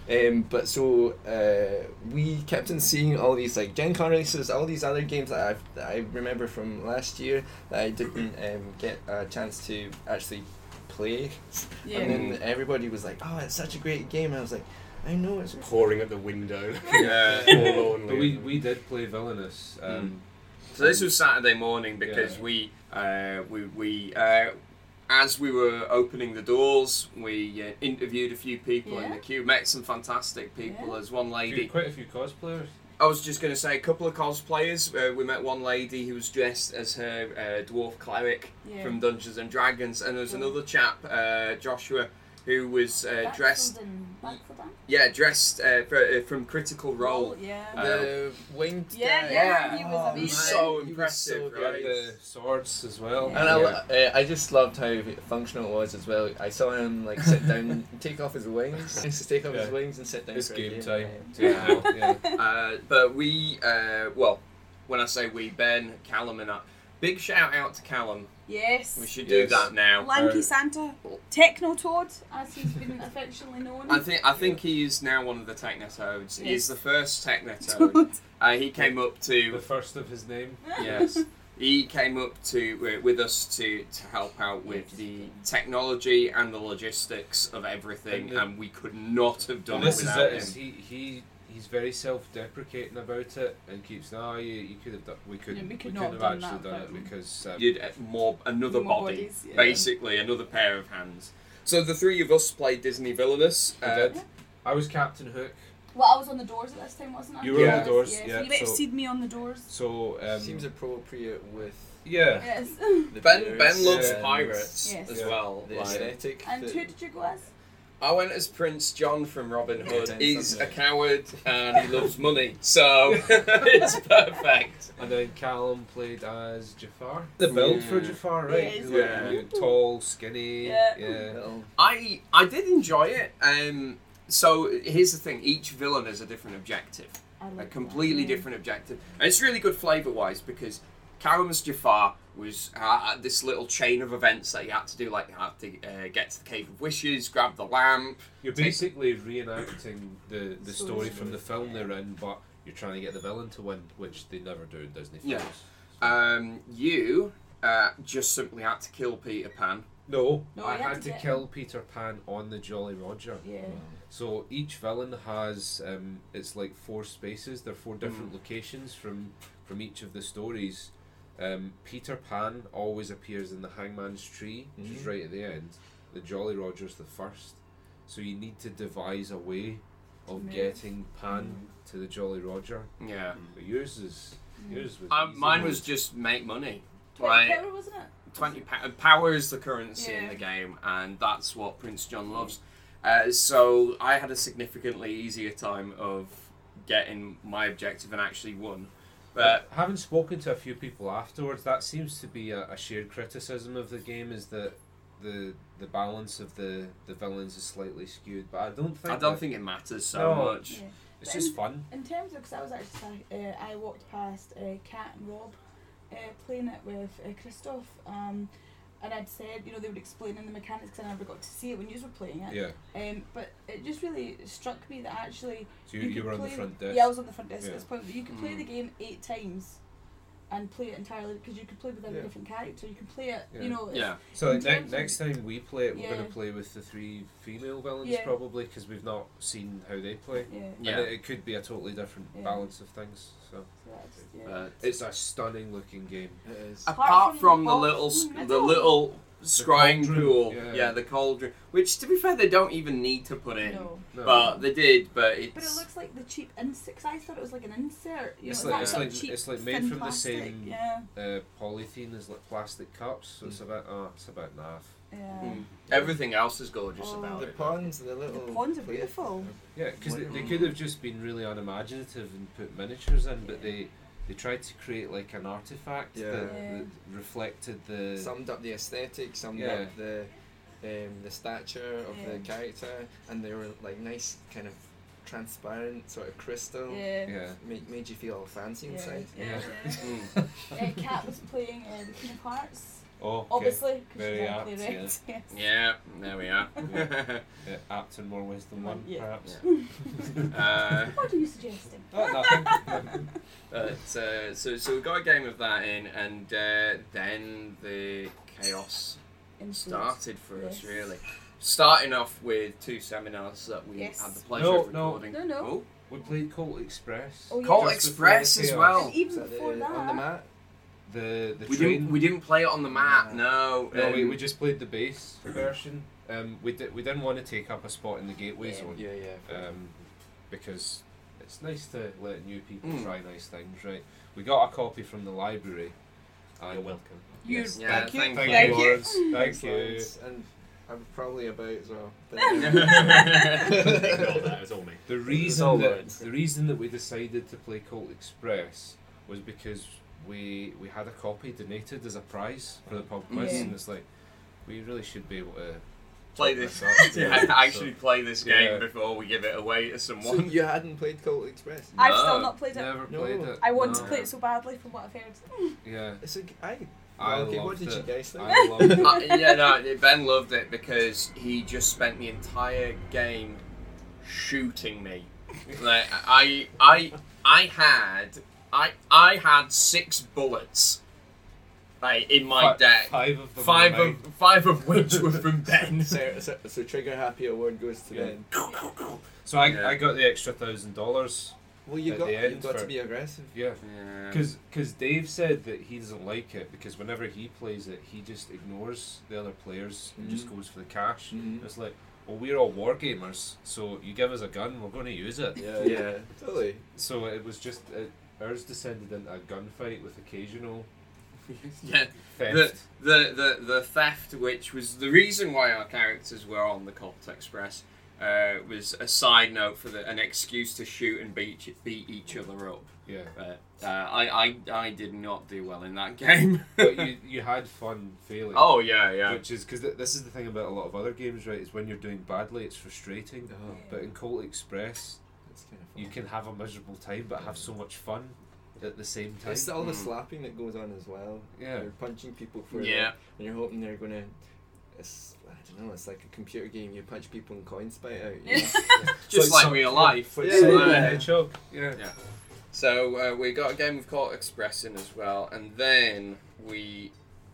Speaker 2: yes.
Speaker 4: Um, but so uh, we kept on seeing all these like Gen Con releases, all these other games that, I've, that I remember from last year that I didn't um, get a chance to actually play.
Speaker 2: Yeah.
Speaker 4: And then everybody was like, "Oh, it's such a great game," and I was like, "I know it's."
Speaker 5: Pouring at the window.
Speaker 1: Yeah.
Speaker 5: Forlornly.
Speaker 3: But we, we did play Villainous. Um,
Speaker 1: So this was Saturday morning because
Speaker 3: Yeah.
Speaker 1: we uh, we we uh, as we were opening the doors, we uh, interviewed a few people in
Speaker 2: Yeah.
Speaker 1: the queue, met some fantastic people.
Speaker 2: Yeah.
Speaker 1: There's one
Speaker 3: a few-
Speaker 1: lady.
Speaker 3: quite a few cosplayers.
Speaker 1: I was just going to say a couple of cosplayers. Uh, we met one lady who was dressed as her uh, dwarf cleric
Speaker 2: Yeah.
Speaker 1: from Dungeons and Dragons, and there was
Speaker 2: Yeah.
Speaker 1: another chap, uh, Joshua, who was uh,
Speaker 2: Backfield
Speaker 1: dressed.
Speaker 2: and- Backfield and-
Speaker 1: Yeah, dressed uh, for, uh, from Critical Role.
Speaker 2: Yeah.
Speaker 1: Uh,
Speaker 4: the winged
Speaker 2: Yeah,
Speaker 4: guy.
Speaker 2: yeah, he was
Speaker 4: Oh,
Speaker 2: amazing.
Speaker 4: man,
Speaker 1: So
Speaker 4: he was
Speaker 1: impressive,
Speaker 4: good.
Speaker 3: Yeah,
Speaker 1: right?
Speaker 3: the swords as well.
Speaker 4: And I, uh, I just loved how functional it was as well. I saw him like sit down, take off his wings, just to take off his
Speaker 3: Yeah.
Speaker 4: wings and sit down.
Speaker 3: It's
Speaker 4: for a Um,
Speaker 3: game time.
Speaker 1: Yeah.
Speaker 3: Yeah, yeah.
Speaker 1: Uh, but we, uh, well, when I say we, Ben, Callum, and I. Big shout out to Callum.
Speaker 2: yes.
Speaker 1: We should
Speaker 3: Yes.
Speaker 1: do that now.
Speaker 2: Lanky
Speaker 3: Uh,
Speaker 2: Santa, Techno Toad, as he's been affectionately known.
Speaker 1: I think I think he is now one of the Technotoads. He's
Speaker 2: Yes.
Speaker 1: the first Technotoad.
Speaker 2: Toad.
Speaker 1: Uh, he came up to
Speaker 3: The first of his name.
Speaker 1: yes. He came up to uh, with us to, to help out with the technology and the logistics of everything,
Speaker 3: And the-
Speaker 1: and we could not have done
Speaker 3: Well, this
Speaker 1: it
Speaker 3: is
Speaker 1: without
Speaker 3: it. Is
Speaker 1: him.
Speaker 3: he he he's very self-deprecating about it and keeps. No, you, you could have done. We couldn't.
Speaker 2: we could
Speaker 3: we
Speaker 2: not
Speaker 3: couldn't
Speaker 2: have
Speaker 3: have
Speaker 2: done
Speaker 3: actually
Speaker 2: that,
Speaker 3: done
Speaker 2: but-
Speaker 3: it because um,
Speaker 1: You'd uh, more another
Speaker 2: More
Speaker 1: body,
Speaker 2: bodies, yeah.
Speaker 1: basically another pair of hands. So the three of us played Disney Villainous.
Speaker 3: we
Speaker 1: Uh,
Speaker 3: did. I was Captain Hook,
Speaker 2: Well, I was on the doors at this time, wasn't I?
Speaker 3: You were
Speaker 1: on the
Speaker 3: doors,
Speaker 2: Yes,
Speaker 3: yeah,
Speaker 2: you might have
Speaker 3: so-
Speaker 2: seen me on the doors.
Speaker 3: so um,
Speaker 4: Seems appropriate with
Speaker 3: yeah.
Speaker 2: Yes.
Speaker 4: the
Speaker 1: ben
Speaker 4: beers
Speaker 1: Ben loves
Speaker 3: Yeah.
Speaker 4: and
Speaker 1: pirates
Speaker 2: Yes.
Speaker 1: as
Speaker 3: Yeah.
Speaker 1: well.
Speaker 4: The
Speaker 1: like-
Speaker 4: aesthetic.
Speaker 2: and
Speaker 4: that-
Speaker 2: who did you go as?
Speaker 1: I went as Prince John from Robin Hood.
Speaker 4: Yeah,
Speaker 1: He's a
Speaker 4: something.
Speaker 1: coward and he loves money, so it's perfect.
Speaker 3: And then Callum played as Jafar. The build for
Speaker 1: Yeah.
Speaker 3: Jafar, right?
Speaker 2: Yeah,
Speaker 3: He's
Speaker 1: yeah.
Speaker 3: like, really tall, skinny.
Speaker 2: Yeah.
Speaker 4: little-
Speaker 1: I I did enjoy it. Um, so here's the thing: each villain has a different objective,
Speaker 2: I
Speaker 1: a
Speaker 2: like
Speaker 1: completely
Speaker 2: that, yeah.
Speaker 1: different objective, and it's really good flavor wise because Karam's Jafar was uh, at this little chain of events that you had to do, like you had to uh, get to the Cave of Wishes, grab the lamp.
Speaker 3: You're basically reenacting the, the
Speaker 2: Story.
Speaker 3: story from the film they're in, but you're trying to get the villain to win, which they never do in Disney films.
Speaker 1: Yeah. Um, you uh, just simply had to kill Peter Pan.
Speaker 3: No,
Speaker 2: No,
Speaker 3: I
Speaker 2: you had to
Speaker 3: had to
Speaker 2: get
Speaker 3: kill Peter Pan on the Jolly Roger.
Speaker 2: Yeah.
Speaker 3: So each villain has um, it's like four spaces. They're four different locations from from each of the stories. Um, Peter Pan always appears in the Hangman's Tree, which is
Speaker 4: Mhm.
Speaker 3: right at the end. The Jolly Roger's the first. So you need to devise a way of
Speaker 2: Move.
Speaker 3: getting Pan to the Jolly Roger.
Speaker 1: Yeah.
Speaker 3: But yours is
Speaker 2: Mm.
Speaker 3: yours was.
Speaker 1: Um,
Speaker 3: easy.
Speaker 1: mine was just make money.
Speaker 2: Twenty
Speaker 1: Like
Speaker 2: power, wasn't it?
Speaker 1: twenty pa- uh, power is the currency in
Speaker 2: Yeah.
Speaker 1: the game, and that's what Prince John loves. Uh, so I had a significantly easier time of getting my objective and actually won. But
Speaker 3: having spoken to a few people afterwards, that seems to be a, a shared criticism of the game is that the the balance of the the villains is slightly skewed. But I don't think
Speaker 1: I don't
Speaker 3: that-
Speaker 1: think it matters so
Speaker 3: No.
Speaker 1: much.
Speaker 2: Yeah.
Speaker 3: it's just fun.
Speaker 2: In terms of, because I was actually, uh, I walked past uh, Kat and Rob uh, playing it with uh, Christoph, um, and I'd said, you know, they were explaining the mechanics, because I never got to see it when you were playing it.
Speaker 3: Yeah.
Speaker 2: Um, but it just really struck me that actually.
Speaker 3: So you, you,
Speaker 2: could
Speaker 3: were on the
Speaker 2: play-
Speaker 3: front desk.
Speaker 2: Yeah, I was on the front desk
Speaker 3: Yeah.
Speaker 2: at this point. But you could play
Speaker 1: Mm.
Speaker 2: the game eight times and play it entirely because you could play with every
Speaker 4: Yeah.
Speaker 2: different character. You can play it,
Speaker 3: Yeah.
Speaker 2: you know. it's-
Speaker 1: Yeah,
Speaker 3: so
Speaker 2: in
Speaker 3: ne-
Speaker 2: terms of-
Speaker 3: next time we play it, we're going
Speaker 2: Yeah.
Speaker 3: to play with the three female villains
Speaker 2: Yeah.
Speaker 3: probably because we've not seen how they play.
Speaker 2: Yeah.
Speaker 1: yeah.
Speaker 3: And it, it could be a totally different
Speaker 2: Yeah.
Speaker 3: balance of things. So
Speaker 2: So that's, yeah.
Speaker 1: but
Speaker 3: it's a stunning looking game.
Speaker 4: It is.
Speaker 1: apart from the
Speaker 2: box
Speaker 1: little,
Speaker 2: in
Speaker 1: s-
Speaker 2: the
Speaker 1: the
Speaker 2: middle.
Speaker 1: little scrying
Speaker 3: cauldron,
Speaker 1: pool,
Speaker 3: yeah.
Speaker 1: yeah, the cauldron, which to be fair they don't even need to put in,
Speaker 2: No.
Speaker 3: No.
Speaker 1: but they did. But it's
Speaker 2: But it looks like the cheap insert. 'cause I thought it was like an insert. You
Speaker 3: It's
Speaker 2: know,
Speaker 1: like-
Speaker 2: that
Speaker 1: it's
Speaker 2: sort
Speaker 3: like-
Speaker 2: of cheap,
Speaker 3: it's like made
Speaker 2: thin
Speaker 3: from the
Speaker 2: plastic.
Speaker 3: same-
Speaker 2: Yeah,
Speaker 3: uh, polythene is like plastic cups, so it's a bit. Oh, it's a bit naff.
Speaker 2: yeah.
Speaker 1: Mm. everything else is gorgeous
Speaker 2: Oh.
Speaker 1: about
Speaker 4: The
Speaker 1: it.
Speaker 4: ponds, the little.
Speaker 2: The ponds are beautiful.
Speaker 3: Yeah, because they, they
Speaker 4: Wonderful.
Speaker 3: could have just been really unimaginative and put miniatures in, but they they tried to create like an artifact
Speaker 4: Yeah.
Speaker 3: that,
Speaker 2: Yeah.
Speaker 3: that reflected the.
Speaker 4: Summed up the aesthetic, summed
Speaker 3: Yeah.
Speaker 4: up the um, the stature of
Speaker 2: Yeah.
Speaker 4: the character, and they were like nice, kind of transparent, sort of crystal.
Speaker 2: Yeah.
Speaker 3: yeah,
Speaker 4: Made, made you feel all fancy
Speaker 2: Yeah,
Speaker 4: inside.
Speaker 2: yeah,
Speaker 1: Mm.
Speaker 2: yeah. uh, Kat was playing uh, the King of Hearts,
Speaker 3: oh, okay.
Speaker 2: obviously, because
Speaker 3: Very
Speaker 2: she's
Speaker 3: apt,
Speaker 2: not playing
Speaker 3: yeah.
Speaker 2: it. Yes.
Speaker 1: Yeah, there we are.
Speaker 3: Yeah, apt in more ways than one,
Speaker 2: Yeah.
Speaker 3: perhaps.
Speaker 1: uh,
Speaker 2: What are you suggesting?
Speaker 3: Oh, nothing.
Speaker 1: But uh, so so we got a game of that in, and uh, then the chaos started for us
Speaker 2: Yes.
Speaker 1: really. Starting off with two seminars that we
Speaker 2: Yes.
Speaker 1: had the pleasure
Speaker 3: No,
Speaker 1: of
Speaker 3: no.
Speaker 1: recording.
Speaker 2: No, no.
Speaker 1: Oh,
Speaker 3: we played Colt Express.
Speaker 2: Oh, yeah.
Speaker 1: Colt
Speaker 3: Just before
Speaker 1: Express
Speaker 3: the
Speaker 1: as
Speaker 3: chaos.
Speaker 1: well.
Speaker 2: Even
Speaker 4: Is
Speaker 3: uh,
Speaker 4: that the,
Speaker 2: before that,
Speaker 4: on the mat?
Speaker 3: The the
Speaker 1: We
Speaker 3: train.
Speaker 1: didn't we didn't play it on the map. No,
Speaker 3: no, we,
Speaker 1: um,
Speaker 3: we just played the base version. Um, we did we didn't want to take up a spot in the gateway
Speaker 2: Yeah.
Speaker 3: zone.
Speaker 4: Yeah, yeah.
Speaker 3: um, because it's nice to let new people
Speaker 1: Mm.
Speaker 3: try nice things, right? We got a copy from the library. and-
Speaker 5: You're welcome.
Speaker 2: You,
Speaker 3: Yes.
Speaker 1: Yeah,
Speaker 2: thank you.
Speaker 1: thank
Speaker 3: Thank,
Speaker 1: Thank
Speaker 3: you,
Speaker 1: you.
Speaker 3: Lawrence. Thank
Speaker 4: Thanks,
Speaker 3: you.
Speaker 4: Lawrence, And I'm probably about as well.
Speaker 5: Ignore that, it's all me.
Speaker 3: The
Speaker 4: all
Speaker 3: reason that,
Speaker 4: Lawrence.
Speaker 3: the reason that we decided to play Colt Express was because we we had a copy donated as a prize for the pub quiz,
Speaker 2: Yeah.
Speaker 3: and it's like we really should be able to
Speaker 1: Play
Speaker 3: top
Speaker 1: this.
Speaker 3: that up,
Speaker 1: Yeah,
Speaker 3: so-
Speaker 1: actually play this game
Speaker 3: Yeah.
Speaker 1: before we give it away to
Speaker 4: so
Speaker 1: someone.
Speaker 4: you hadn't played Colt Express?
Speaker 2: I've
Speaker 1: No,
Speaker 2: still not played it.
Speaker 3: Never
Speaker 4: No.
Speaker 3: played it.
Speaker 2: I want to
Speaker 3: no.
Speaker 2: play it so badly from what I've heard.
Speaker 3: Yeah,
Speaker 4: It's a g- I.
Speaker 3: I
Speaker 4: okay, what
Speaker 3: loved
Speaker 4: did
Speaker 3: it.
Speaker 4: you guys think?
Speaker 3: I loved it.
Speaker 1: Uh, yeah, no, Ben loved it because he just spent the entire game shooting me. Like I, I, I had, I, I had six bullets, like in my
Speaker 3: Fi-
Speaker 1: deck.
Speaker 3: Five of them.
Speaker 1: Five
Speaker 3: were
Speaker 1: of five of which were from Ben.
Speaker 4: so, so, so Trigger Happy Award goes to
Speaker 3: Yeah.
Speaker 4: Ben.
Speaker 3: mine. So I,
Speaker 1: Yeah.
Speaker 3: I got the extra thousand dollars.
Speaker 4: Well, you
Speaker 3: At
Speaker 4: got
Speaker 3: the
Speaker 4: you
Speaker 3: end
Speaker 4: got
Speaker 3: for-
Speaker 4: to be aggressive.
Speaker 3: Yeah.
Speaker 1: Because
Speaker 3: Because Dave said that he doesn't like it because whenever he plays it, he just ignores the other players and just
Speaker 4: Mhm.
Speaker 1: Mm.
Speaker 3: goes for the cash.
Speaker 1: Mm-hmm.
Speaker 4: Mhm.
Speaker 3: It's like, well, we're all war gamers, so you give us a gun, we're going to use it.
Speaker 4: Yeah, yeah, totally.
Speaker 3: So it was just it, ours descended into a gunfight with occasional
Speaker 1: yeah,
Speaker 3: theft.
Speaker 1: the, the the the theft, which was the reason why our characters were on the Colt Express, uh, was a side note for the, an excuse to shoot and beat beat each other up.
Speaker 3: yeah,
Speaker 1: But uh, I, I I did not do well in that game.
Speaker 3: but you you had fun failing.
Speaker 1: oh yeah, yeah.
Speaker 3: Which is because th- this is the thing about a lot of other games, right? Is when you're doing badly, it's frustrating.
Speaker 1: Uh-huh.
Speaker 4: Oh,
Speaker 3: But in Colt Express,
Speaker 4: that's kind of.
Speaker 3: you can have a miserable time but have so much fun at the same time.
Speaker 4: It's all the
Speaker 1: Mm.
Speaker 4: slapping that goes on as well.
Speaker 3: Yeah.
Speaker 4: You're punching people for
Speaker 1: Yeah.
Speaker 4: and you're hoping they're gonna. It's I don't know. It's like a computer game. You punch people and coins spite out. You know?
Speaker 1: Just
Speaker 3: It's
Speaker 1: like
Speaker 3: some-
Speaker 1: real life.
Speaker 4: Yeah,
Speaker 3: But
Speaker 1: Yeah,
Speaker 3: it's like
Speaker 1: yeah,
Speaker 3: the
Speaker 1: yeah.
Speaker 3: hedgehog. Yeah.
Speaker 1: Yeah. So uh, we got a game of Court Express in as well, and then we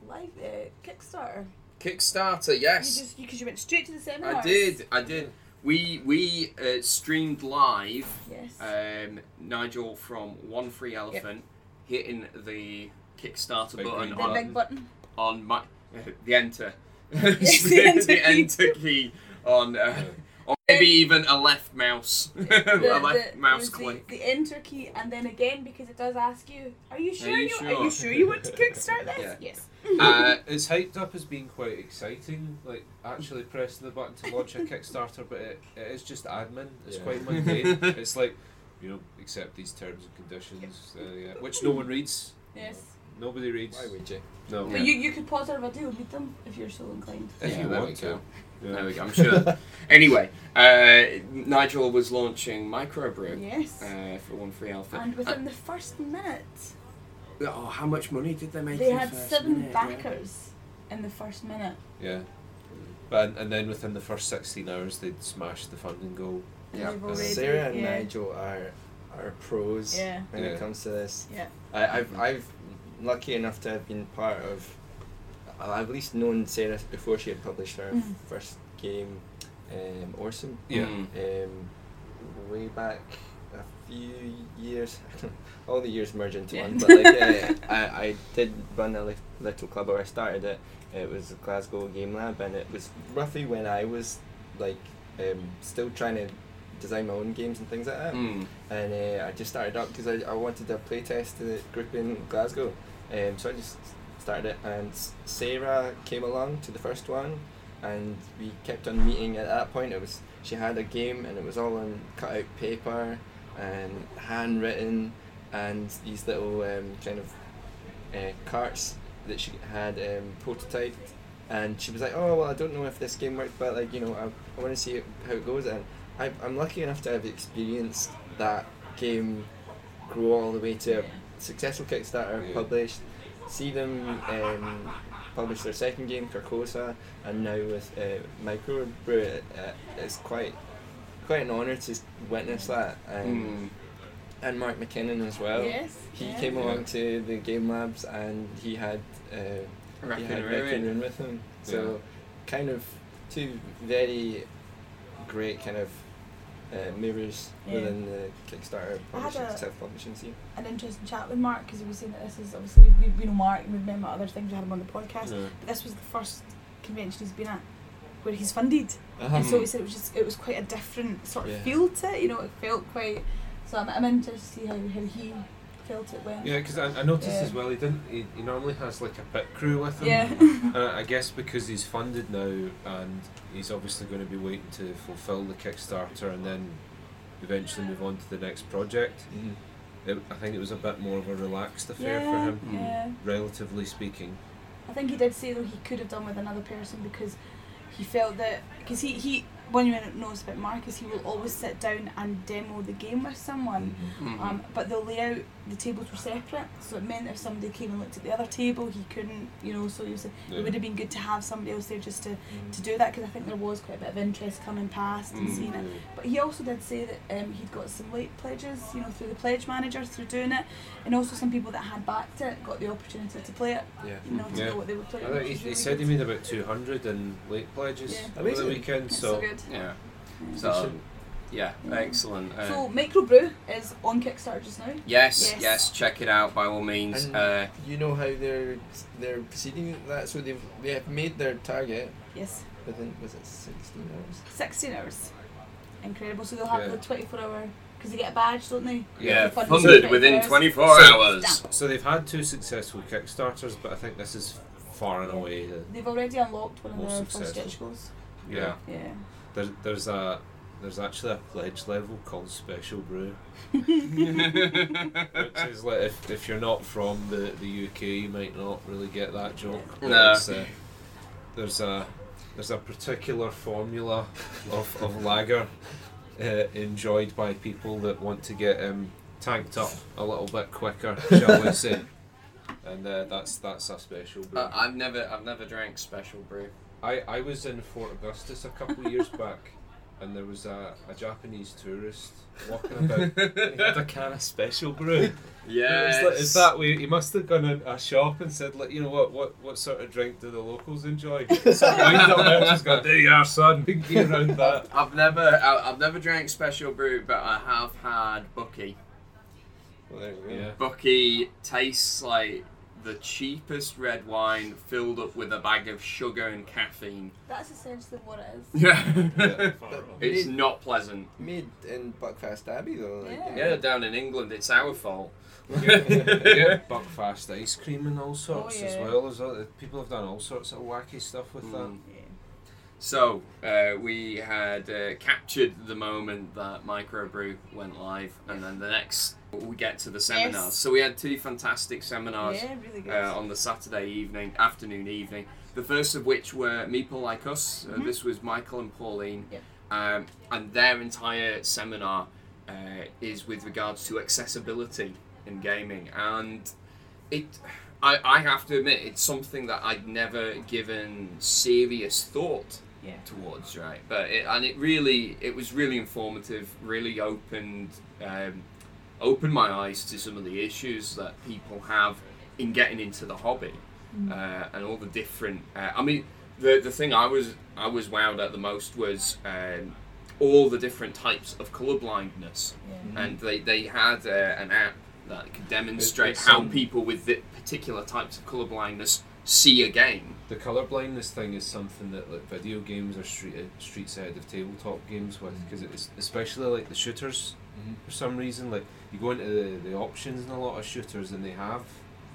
Speaker 2: Live uh, Kickstarter.
Speaker 1: Kickstarter. Yes,
Speaker 2: You just because you went straight to the seminar.
Speaker 1: I did. I did. We we uh, streamed live.
Speaker 2: Yes.
Speaker 1: Um, Nigel from One Free Elephant hitting the Kickstarter
Speaker 3: Big
Speaker 1: button
Speaker 3: green
Speaker 2: the
Speaker 1: on
Speaker 2: big button.
Speaker 1: on my the enter,
Speaker 2: the enter
Speaker 1: the
Speaker 2: key.
Speaker 1: enter key on. Uh, Or maybe even a left mouse, a left mouse
Speaker 2: the,
Speaker 1: click.
Speaker 2: The enter key, and then again because it does ask you, are you sure
Speaker 1: you
Speaker 2: you,
Speaker 1: sure?
Speaker 2: are you sure you want to kickstart this?
Speaker 1: Yeah.
Speaker 2: Yes.
Speaker 1: Uh,
Speaker 3: It's hyped up as being quite exciting, like actually pressing the button to launch a Kickstarter, but it, it is just admin. It's
Speaker 4: Yeah.
Speaker 3: quite mundane. it's like, you know, accept these terms and conditions, uh, yeah, which no one reads.
Speaker 2: Yes.
Speaker 3: Nobody reads.
Speaker 4: Why would you?
Speaker 3: No.
Speaker 1: Yeah.
Speaker 2: But you, you could pause our video and read them if you're so inclined.
Speaker 3: If
Speaker 1: Yeah,
Speaker 3: you
Speaker 1: there we
Speaker 3: want
Speaker 1: go.
Speaker 3: to. Yeah.
Speaker 1: There we go. I'm sure. anyway, uh, Nigel was launching Microbrew
Speaker 2: Yes.
Speaker 1: uh, for One Free Alpha.
Speaker 2: and within the first minute,
Speaker 1: Uh, oh, how much money did they make?
Speaker 2: they
Speaker 1: in the
Speaker 2: had
Speaker 1: first
Speaker 2: seven
Speaker 1: minute?
Speaker 2: backers in the first minute.
Speaker 3: Yeah. But, and then within the first 16 hours, they'd smash the funding goal.
Speaker 2: And
Speaker 1: Yeah.
Speaker 2: they've already-
Speaker 4: Sarah and
Speaker 2: yeah.
Speaker 4: Nigel are are pros
Speaker 2: Yeah.
Speaker 4: when
Speaker 3: Yeah.
Speaker 4: it comes to this.
Speaker 2: Yeah.
Speaker 4: I, I've I've lucky enough to have been part of. I've at least known Sarah before she had published her
Speaker 2: Mm.
Speaker 4: first game, um, Orson.
Speaker 3: Yeah.
Speaker 1: Mm.
Speaker 4: um, way back a few years, all the years merge into
Speaker 2: Yeah.
Speaker 4: one. But like, uh, I, I did run a li- little club where I started it. It was the Glasgow Game Lab, and it was roughly when I was like um, still trying to design my own games and things like that.
Speaker 1: Mm.
Speaker 4: And uh, I just started up because I, I wanted to playtest the group in Glasgow. Um, so I just started it, and S- Sarah came along to the first one, and we kept on meeting. At that point, it was she had a game, and it was all on cutout paper and handwritten, and these little um, kind of uh, carts that she had um, prototyped. And she was like, "Oh well, I don't know if this game worked, but like you know, I, I want to see it, how it goes." And I, I'm lucky enough to have experienced that game grow all the way to a
Speaker 2: Yeah.
Speaker 4: successful Kickstarter
Speaker 3: Yeah.
Speaker 4: published. See them um, publish their second game, Carcosa, and now with uh, Microbrew, uh, it's quite quite an honour to witness that. Um,
Speaker 1: Mm.
Speaker 4: And Mark McKinnon as well.
Speaker 2: yes.
Speaker 4: He
Speaker 2: yeah.
Speaker 4: came
Speaker 3: Yeah.
Speaker 4: along to the game labs and he had uh, he had Raccoon Ruin with him. So, kind of two very great kind of uh, mirrors
Speaker 2: Yeah.
Speaker 4: within the Kickstarter
Speaker 2: I had
Speaker 4: publishing
Speaker 2: a-
Speaker 4: self publishing scene.
Speaker 2: an interesting chat with Mark because he was saying that this is obviously we've, we've been on Mark and we've met him at other things. We had him on the podcast,
Speaker 3: Yeah.
Speaker 2: but this was the first convention he's been at where he's funded,
Speaker 4: Uh-huh.
Speaker 3: Hmm.
Speaker 2: and so he said it was just it was quite a different sort of
Speaker 4: Yeah.
Speaker 2: feel to it. You know, it felt quite So I'm, I'm interested to see how, how he felt it went.
Speaker 3: Yeah, because I, I noticed
Speaker 2: Yeah.
Speaker 3: as well he didn't. He, he normally has like a bit crew with him.
Speaker 2: Yeah.
Speaker 3: And Uh, I I guess because he's funded now, and he's obviously going to be waiting to fulfil the Kickstarter and then eventually move on to the next project.
Speaker 4: Mhm.
Speaker 3: It, I think it was a bit more of a relaxed affair for
Speaker 2: yeah,
Speaker 3: him, Hmm.
Speaker 2: yeah.
Speaker 3: relatively speaking.
Speaker 2: I think he did say though he could have done with another person because he felt that because he he one you knows about Marcus he will always sit down and demo the game with someone.
Speaker 4: Mm-hmm.
Speaker 1: Mm. Mm-hmm.
Speaker 2: Um, but the layout, the tables were separate, so it meant if somebody came and looked at the other table, he couldn't, you know. So he was, it would have been good to have somebody else there just to,
Speaker 4: Mm-hmm.
Speaker 2: to do that because I think there was quite a bit of interest coming past and
Speaker 1: Mm.
Speaker 2: seeing it. But he also did say that um, he'd got some late pledges, you know, through the pledge manager, through doing it, and also some people that had backed it got the opportunity to play it,
Speaker 5: Yeah.
Speaker 2: you know, to
Speaker 3: Yeah.
Speaker 2: know what they were playing.
Speaker 3: I think
Speaker 2: which
Speaker 3: he,
Speaker 2: was
Speaker 3: he
Speaker 2: really
Speaker 3: said he
Speaker 2: good.
Speaker 3: made about 200 in late pledges
Speaker 2: Yeah.
Speaker 3: over the
Speaker 4: Amazing.
Speaker 3: weekend,
Speaker 2: That's
Speaker 3: so,
Speaker 2: so good.
Speaker 1: Yeah.
Speaker 2: Yeah.
Speaker 1: So yeah, excellent. Uh,
Speaker 2: So microbrew is on Kickstarter just now.
Speaker 1: yes,
Speaker 2: Yes.
Speaker 1: yes, check it out by all means.
Speaker 4: And-
Speaker 1: Uh,
Speaker 4: You know how they're they're proceeding with that, so they've they have made their target
Speaker 2: Yes,
Speaker 4: within was it sixteen hours?
Speaker 2: 16 hours. Incredible. So they'll have
Speaker 3: Yeah.
Speaker 2: the 24 hour because they get a badge, don't they?
Speaker 1: yeah,
Speaker 2: Funded
Speaker 1: funded
Speaker 2: 24
Speaker 1: within
Speaker 2: hours.
Speaker 1: 24
Speaker 3: So-
Speaker 1: hours.
Speaker 3: so they've had two successful Kickstarters, but I think this is far and away the
Speaker 2: They've already unlocked one of
Speaker 3: More
Speaker 2: their
Speaker 3: successful.
Speaker 2: first stretch goals.
Speaker 3: yeah.
Speaker 2: Yeah.
Speaker 3: There's there's a there's actually a pledge level called special brew, which is like if, if you're not from the, the UK, you might not really get that joke. but
Speaker 1: No.
Speaker 3: it's, uh, there's a there's a particular formula of of lager uh, enjoyed by people that want to get um, tanked up a little bit quicker, shall we say? And uh, that's that's a special brew.
Speaker 1: Uh, I've never, I've never drank special brew.
Speaker 3: I, I was in Fort Augustus a couple of years back, and there was a, a Japanese tourist walking about. and he had a can of special brew.
Speaker 1: Yes.
Speaker 3: It was like- it's that way. He must have gone in a shop and said, like, you know what, what, what sort of drink do the locals enjoy? So he went up there and just go, there you are, son. We can get around that.
Speaker 1: I've never, I, I've never drank special brew, but I have had Bucky.
Speaker 4: Well, there we go.
Speaker 3: Yeah.
Speaker 1: Bucky tastes like the cheapest red wine filled up with a bag of sugar and caffeine.
Speaker 2: That's essentially what it is.
Speaker 1: Yeah.
Speaker 5: Far off.
Speaker 1: it's not pleasant.
Speaker 4: Made in Buckfast Abbey though. Like,
Speaker 2: Yeah.
Speaker 1: Yeah, down in England, it's our fault.
Speaker 3: You get Buckfast ice cream and all sorts as
Speaker 2: yeah.
Speaker 3: well. There's all, people have done all sorts of wacky stuff with that.
Speaker 1: Mm. So uh, we had uh, captured the moment that Microbrew went live, and then the next we get to the seminars. So we had two fantastic seminars
Speaker 2: Yeah, really good.
Speaker 1: uh, on the Saturday evening, afternoon, evening. The first of which were Meeple Like Us. Uh,
Speaker 2: Mhm.
Speaker 1: this was Michael and Pauline,
Speaker 2: Yep.
Speaker 1: um, and their entire seminar uh, is with regards to accessibility in gaming. And it, I, I have to admit, it's something that I'd never given serious thought
Speaker 2: Yeah.
Speaker 1: towards, right? But it, and it really, it was really informative. Really opened. Um, opened my eyes to some of the issues that people have in getting into the hobby uh, and all the different. Uh, I mean, the the thing I was I was wowed at the most was um, all the different types of colour blindness,
Speaker 2: yeah.
Speaker 1: and they they had uh, an app that could demonstrate
Speaker 3: it's,
Speaker 1: how
Speaker 3: um,
Speaker 1: people with the particular types of colour blindness see a game.
Speaker 3: The colour blindness thing is something that like video games are street streets ahead of tabletop games with because it's especially like the shooters
Speaker 4: Mhm.
Speaker 3: for some reason like you go into the, the options in a lot of shooters and they have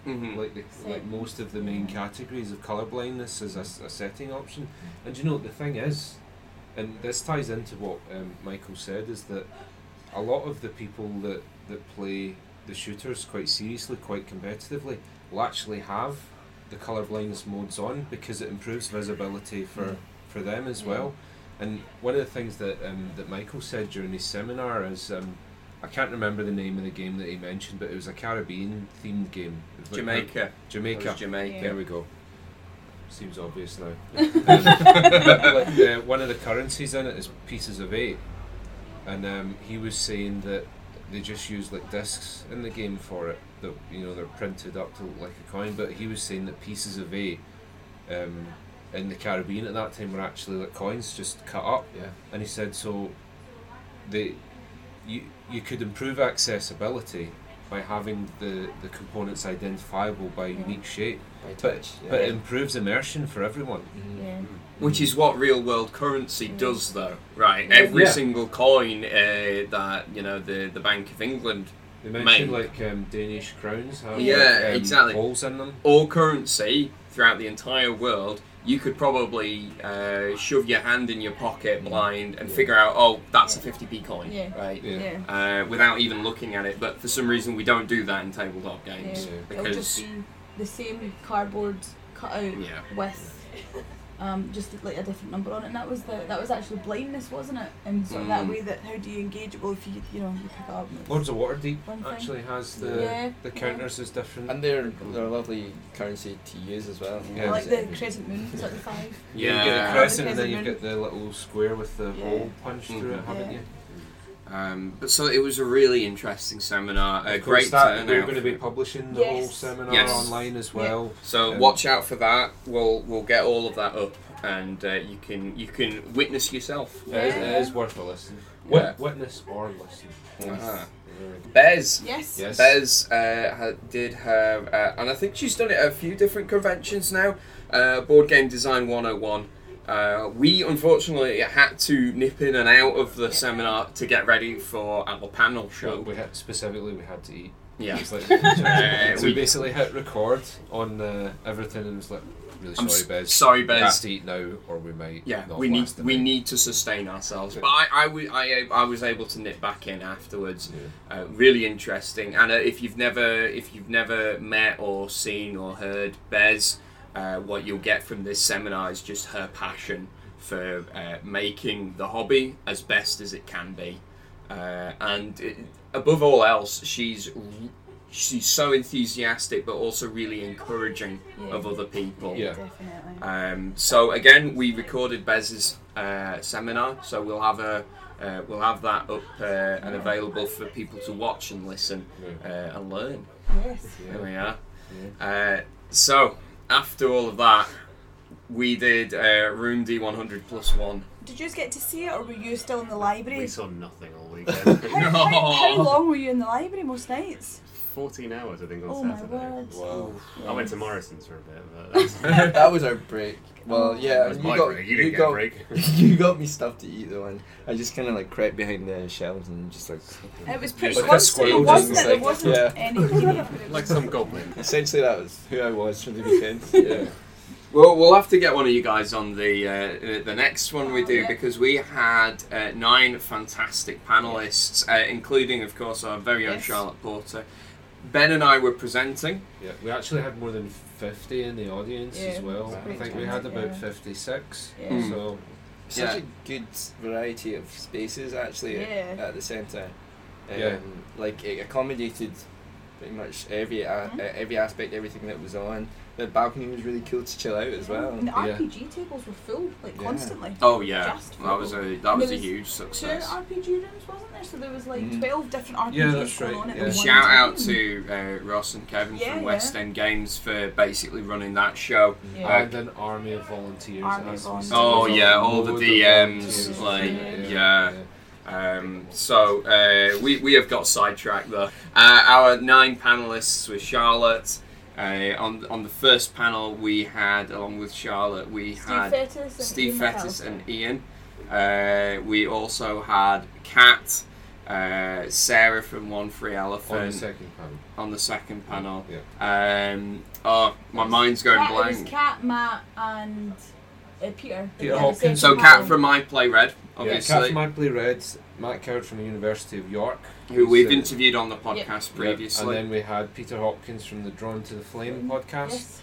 Speaker 1: Mm-hmm.
Speaker 3: like the, like
Speaker 2: Same.
Speaker 3: most of the main categories of colour blindness as a, s- a setting option and you know the thing is and this ties into what um, Michael said is that a lot of the people that that play the shooters quite seriously quite competitively will actually have the colour blindness modes on because it improves visibility for for them as
Speaker 2: Yeah.
Speaker 3: well. And one of the things that um, that Michael said during his seminar is um, I can't remember the name of the game that he mentioned, but it was a Caribbean themed game. It was like-
Speaker 1: Jamaica, It
Speaker 3: Jamaica.
Speaker 1: was Jamaica.
Speaker 3: There we go. Seems obvious now. um, but, like, uh, one of the currencies in it is pieces of eight, and um, he was saying that they just use like discs in the game for it. That you know they're printed up to look like a coin, but he was saying that pieces of eight um, in the Caribbean at that time were actually like coins just cut up.
Speaker 4: Yeah.
Speaker 3: And he said so. They, you you could improve accessibility by having the, the components identifiable by unique shape,
Speaker 4: by
Speaker 3: but,
Speaker 4: touch.
Speaker 3: but it
Speaker 4: yeah. Mm-hmm.
Speaker 3: improves immersion for everyone.
Speaker 2: Yeah.
Speaker 1: Which is what real world currency does, though, right? Every
Speaker 3: Yeah.
Speaker 1: single coin uh, that you know the the Bank of England,
Speaker 3: They mentioned
Speaker 1: Mate.
Speaker 3: like um, Danish crowns have
Speaker 1: Yeah,
Speaker 3: like, um,
Speaker 1: exactly.
Speaker 3: holes in them.
Speaker 1: all currency throughout the entire world, you could probably uh, shove your hand in your pocket blind and figure out, oh, that's a fifty p coin,
Speaker 2: Yeah.
Speaker 1: right?
Speaker 3: Yeah.
Speaker 2: Yeah.
Speaker 1: Uh, without even looking at it, but for some reason we don't do that in tabletop games
Speaker 3: Yeah.
Speaker 2: It'll just
Speaker 1: because
Speaker 2: be the same cardboard cutout
Speaker 1: yeah,
Speaker 2: with um, just like a different number on it. And that was the that was actually blindness, wasn't it? And so that
Speaker 1: Mm.
Speaker 2: way that how do you engage it? Well, if you you know you pick it up. and it's
Speaker 3: Lords of Waterdeep
Speaker 2: one thing.
Speaker 3: actually has the
Speaker 2: Yeah,
Speaker 3: the
Speaker 2: yeah.
Speaker 3: counters as different.
Speaker 4: And they're they're a lovely currency to use as well.
Speaker 3: Yeah.
Speaker 2: Or like
Speaker 4: Yeah.
Speaker 2: the crescent moon, it's like the five.
Speaker 3: You get
Speaker 1: Yeah.
Speaker 3: a crescent, and
Speaker 2: Because
Speaker 3: then
Speaker 2: it
Speaker 3: you've got the little square with the
Speaker 2: Yeah.
Speaker 3: hole punched through it,
Speaker 1: Mhm.
Speaker 3: haven't
Speaker 2: Yeah.
Speaker 3: you?
Speaker 1: Um, but so it was a really interesting seminar. A
Speaker 3: Of course,
Speaker 1: great
Speaker 3: that- We're
Speaker 1: turnout.
Speaker 3: going to be publishing the whole
Speaker 2: Yes.
Speaker 3: seminar
Speaker 1: Yes.
Speaker 3: online as
Speaker 2: Yeah.
Speaker 3: well.
Speaker 1: So
Speaker 3: Um,
Speaker 1: watch out for that. We'll we'll get all of that up, and uh, you can you can witness yourself.
Speaker 2: Yeah.
Speaker 3: It, is, it is worth a listen. Wit-
Speaker 1: Yeah.
Speaker 3: Witness or listen.
Speaker 1: Uh-huh.
Speaker 3: Yeah.
Speaker 1: Bez.
Speaker 2: Yes.
Speaker 3: Yes.
Speaker 1: Bez uh, ha- did her, uh, and I think she's done it at a few different conventions now. Uh, Board Game Design 101. Uh, we unfortunately had to nip in and out of the seminar to get ready for our panel
Speaker 3: Well,
Speaker 1: show.
Speaker 3: we had, specifically, we had to eat.
Speaker 1: Yeah.
Speaker 3: It's like- so we
Speaker 1: we-
Speaker 3: basically hit record on uh, everything and was like, really
Speaker 1: I'm
Speaker 3: sorry,
Speaker 1: s-
Speaker 3: Bez.
Speaker 1: sorry,
Speaker 3: We have
Speaker 1: Bez.
Speaker 3: to eat now, or we might.
Speaker 1: Yeah,
Speaker 3: not
Speaker 1: we need
Speaker 3: last the
Speaker 1: we
Speaker 3: night."
Speaker 1: need to sustain ourselves. But I I wa- I- I was able to nip back in afterwards.
Speaker 3: Yeah.
Speaker 1: Uh, really interesting. And uh, if you've never if you've never met or seen or heard Bez, uh, what you'll get from this seminar is just her passion for uh, making the hobby as best as it can be. Uh, and it, above all else, she's r- she's so enthusiastic, but also really encouraging
Speaker 2: Yeah.
Speaker 1: of other people.
Speaker 3: Yeah.
Speaker 2: Definitely.
Speaker 1: Um, so again, we recorded Bez's uh, seminar, so we'll have a uh, we'll have that up uh, and available for people to watch and listen uh, and learn.
Speaker 2: yes.
Speaker 1: There we are. Uh, so after all of that, we did uh, Room D one hundred plus one.
Speaker 2: Did you just get to see it, or were you still in the library?
Speaker 5: We saw nothing all weekend.
Speaker 2: How, how, how
Speaker 1: No.
Speaker 2: long were you in the library most nights?
Speaker 5: 14 hours, I think, on
Speaker 2: Oh my
Speaker 5: Saturday.
Speaker 2: word.
Speaker 3: Wow.
Speaker 5: I went to Morrison's for a bit, but that's
Speaker 4: that was our break. Well, yeah,
Speaker 5: that was
Speaker 4: and
Speaker 5: my
Speaker 4: you got
Speaker 5: break. You didn't get
Speaker 4: got
Speaker 5: a break.
Speaker 4: you got me stuff to eat though, and I just kind of like crept behind the shelves and just like
Speaker 2: It was pretty
Speaker 4: Like a
Speaker 2: constant.
Speaker 4: squirrel
Speaker 2: It
Speaker 4: just
Speaker 2: wasn't.
Speaker 4: was
Speaker 2: that There
Speaker 4: like-
Speaker 2: wasn't
Speaker 4: Yeah.
Speaker 2: any. It
Speaker 5: like
Speaker 2: was-
Speaker 5: some goblin.
Speaker 4: essentially that was who I was for the weekend.
Speaker 1: Yeah. Well, we'll have to get one of you guys on the uh, the next one we
Speaker 2: Oh,
Speaker 1: do
Speaker 2: yeah.
Speaker 1: because we had uh, nine fantastic panelists, uh, including, of course, our very own
Speaker 2: Yes.
Speaker 1: Charlotte Porter. Ben and I were presenting.
Speaker 3: Yeah, we actually had more than 50 in the audience
Speaker 2: Yeah,
Speaker 3: as well.
Speaker 2: it's
Speaker 3: I
Speaker 2: pretty
Speaker 3: think we had
Speaker 2: expensive,
Speaker 3: about
Speaker 2: yeah.
Speaker 3: 56.
Speaker 2: Yeah.
Speaker 1: Mm.
Speaker 3: So
Speaker 4: Such
Speaker 1: Yeah.
Speaker 4: a good variety of spaces actually
Speaker 2: Yeah.
Speaker 4: at the centre. Um,
Speaker 3: Yeah.
Speaker 4: Like it accommodated pretty much every a
Speaker 2: Mhm.
Speaker 4: uh, every aspect, everything that was on. The balcony was really cool to chill out as well.
Speaker 2: And the
Speaker 3: Yeah.
Speaker 2: RPG tables were full, like
Speaker 4: Yeah.
Speaker 2: constantly.
Speaker 1: Oh yeah,
Speaker 2: Just
Speaker 1: that was a that
Speaker 2: And
Speaker 1: was a
Speaker 2: there was
Speaker 1: huge
Speaker 2: Two
Speaker 1: success.
Speaker 2: RPG rooms, wasn't there? So there was like
Speaker 4: Mhm.
Speaker 2: twelve different RPGs
Speaker 3: Yeah, that's
Speaker 2: going
Speaker 3: right,
Speaker 2: on at
Speaker 3: yeah.
Speaker 2: the one
Speaker 1: Shout
Speaker 2: time.
Speaker 1: out to uh, Ross and Kevin
Speaker 2: Yeah,
Speaker 1: from
Speaker 2: yeah.
Speaker 1: West End Games for basically running that show.
Speaker 2: Yeah.
Speaker 3: and an army of volunteers.
Speaker 2: Army
Speaker 3: as
Speaker 2: of
Speaker 3: we said.
Speaker 1: Oh,
Speaker 3: There's a
Speaker 1: yeah, all the
Speaker 3: load of
Speaker 1: DMs,
Speaker 3: volunteers.
Speaker 2: like,
Speaker 1: yeah. Um, so uh, we, we have got sidetracked though. Uh, our nine panelists were Charlotte. Uh, on on the first panel we had, along with Charlotte, we
Speaker 2: Steve
Speaker 1: had
Speaker 2: Fettis and
Speaker 1: uh, Steve
Speaker 2: Ian
Speaker 1: Fettis
Speaker 2: McAllister.
Speaker 1: and Ian. Uh, we also had Kat, uh, Sarah from One Free Elephant
Speaker 3: On the second panel.
Speaker 1: second panel.
Speaker 3: Yeah.
Speaker 1: Um, oh, my mind's going
Speaker 2: Cat, It was
Speaker 1: blank.
Speaker 2: Cat, Matt, and uh, Peter.
Speaker 3: Peter
Speaker 2: They had the
Speaker 3: Hopkins.
Speaker 2: same
Speaker 1: So
Speaker 2: panel.
Speaker 1: Kat from I Play Red,
Speaker 3: Yeah,
Speaker 1: obviously.
Speaker 3: Catherine Magley Red, Matt Coward from the University of York.
Speaker 1: who we've
Speaker 3: who's, uh,
Speaker 1: interviewed on the podcast
Speaker 3: yeah,
Speaker 1: previously.
Speaker 3: And then we had Peter Hopkins from the Drawn to the Flame podcast.
Speaker 2: Mm,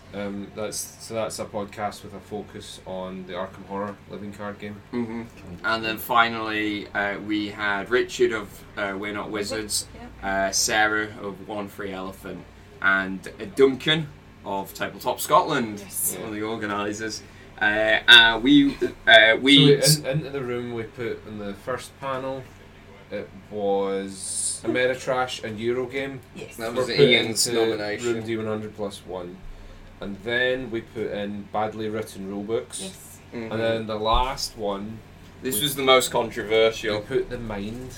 Speaker 1: yes.
Speaker 3: Um, that's so that's a podcast with a focus on the Arkham Horror living card game.
Speaker 1: hmm And then finally, uh, we had Richard of uh, We're Not Wizards, uh, Sarah of One Free Elephant, and uh, Duncan of Tabletop Scotland,
Speaker 2: Yes.
Speaker 1: one of the organisers. Uh, uh, we uh, we
Speaker 3: so in, into the room we put in the first panel. It was Ameritrash and Eurogame.
Speaker 2: Yes.
Speaker 1: That was
Speaker 3: We're putting
Speaker 1: Ian's
Speaker 3: into
Speaker 1: nomination.
Speaker 3: Room D one hundred plus one, and then we put in badly written rule books,
Speaker 2: Yes.
Speaker 4: Mm-hmm.
Speaker 1: Mhm.
Speaker 3: and then the last one
Speaker 1: this was the most
Speaker 3: we
Speaker 1: controversial.
Speaker 3: put the mind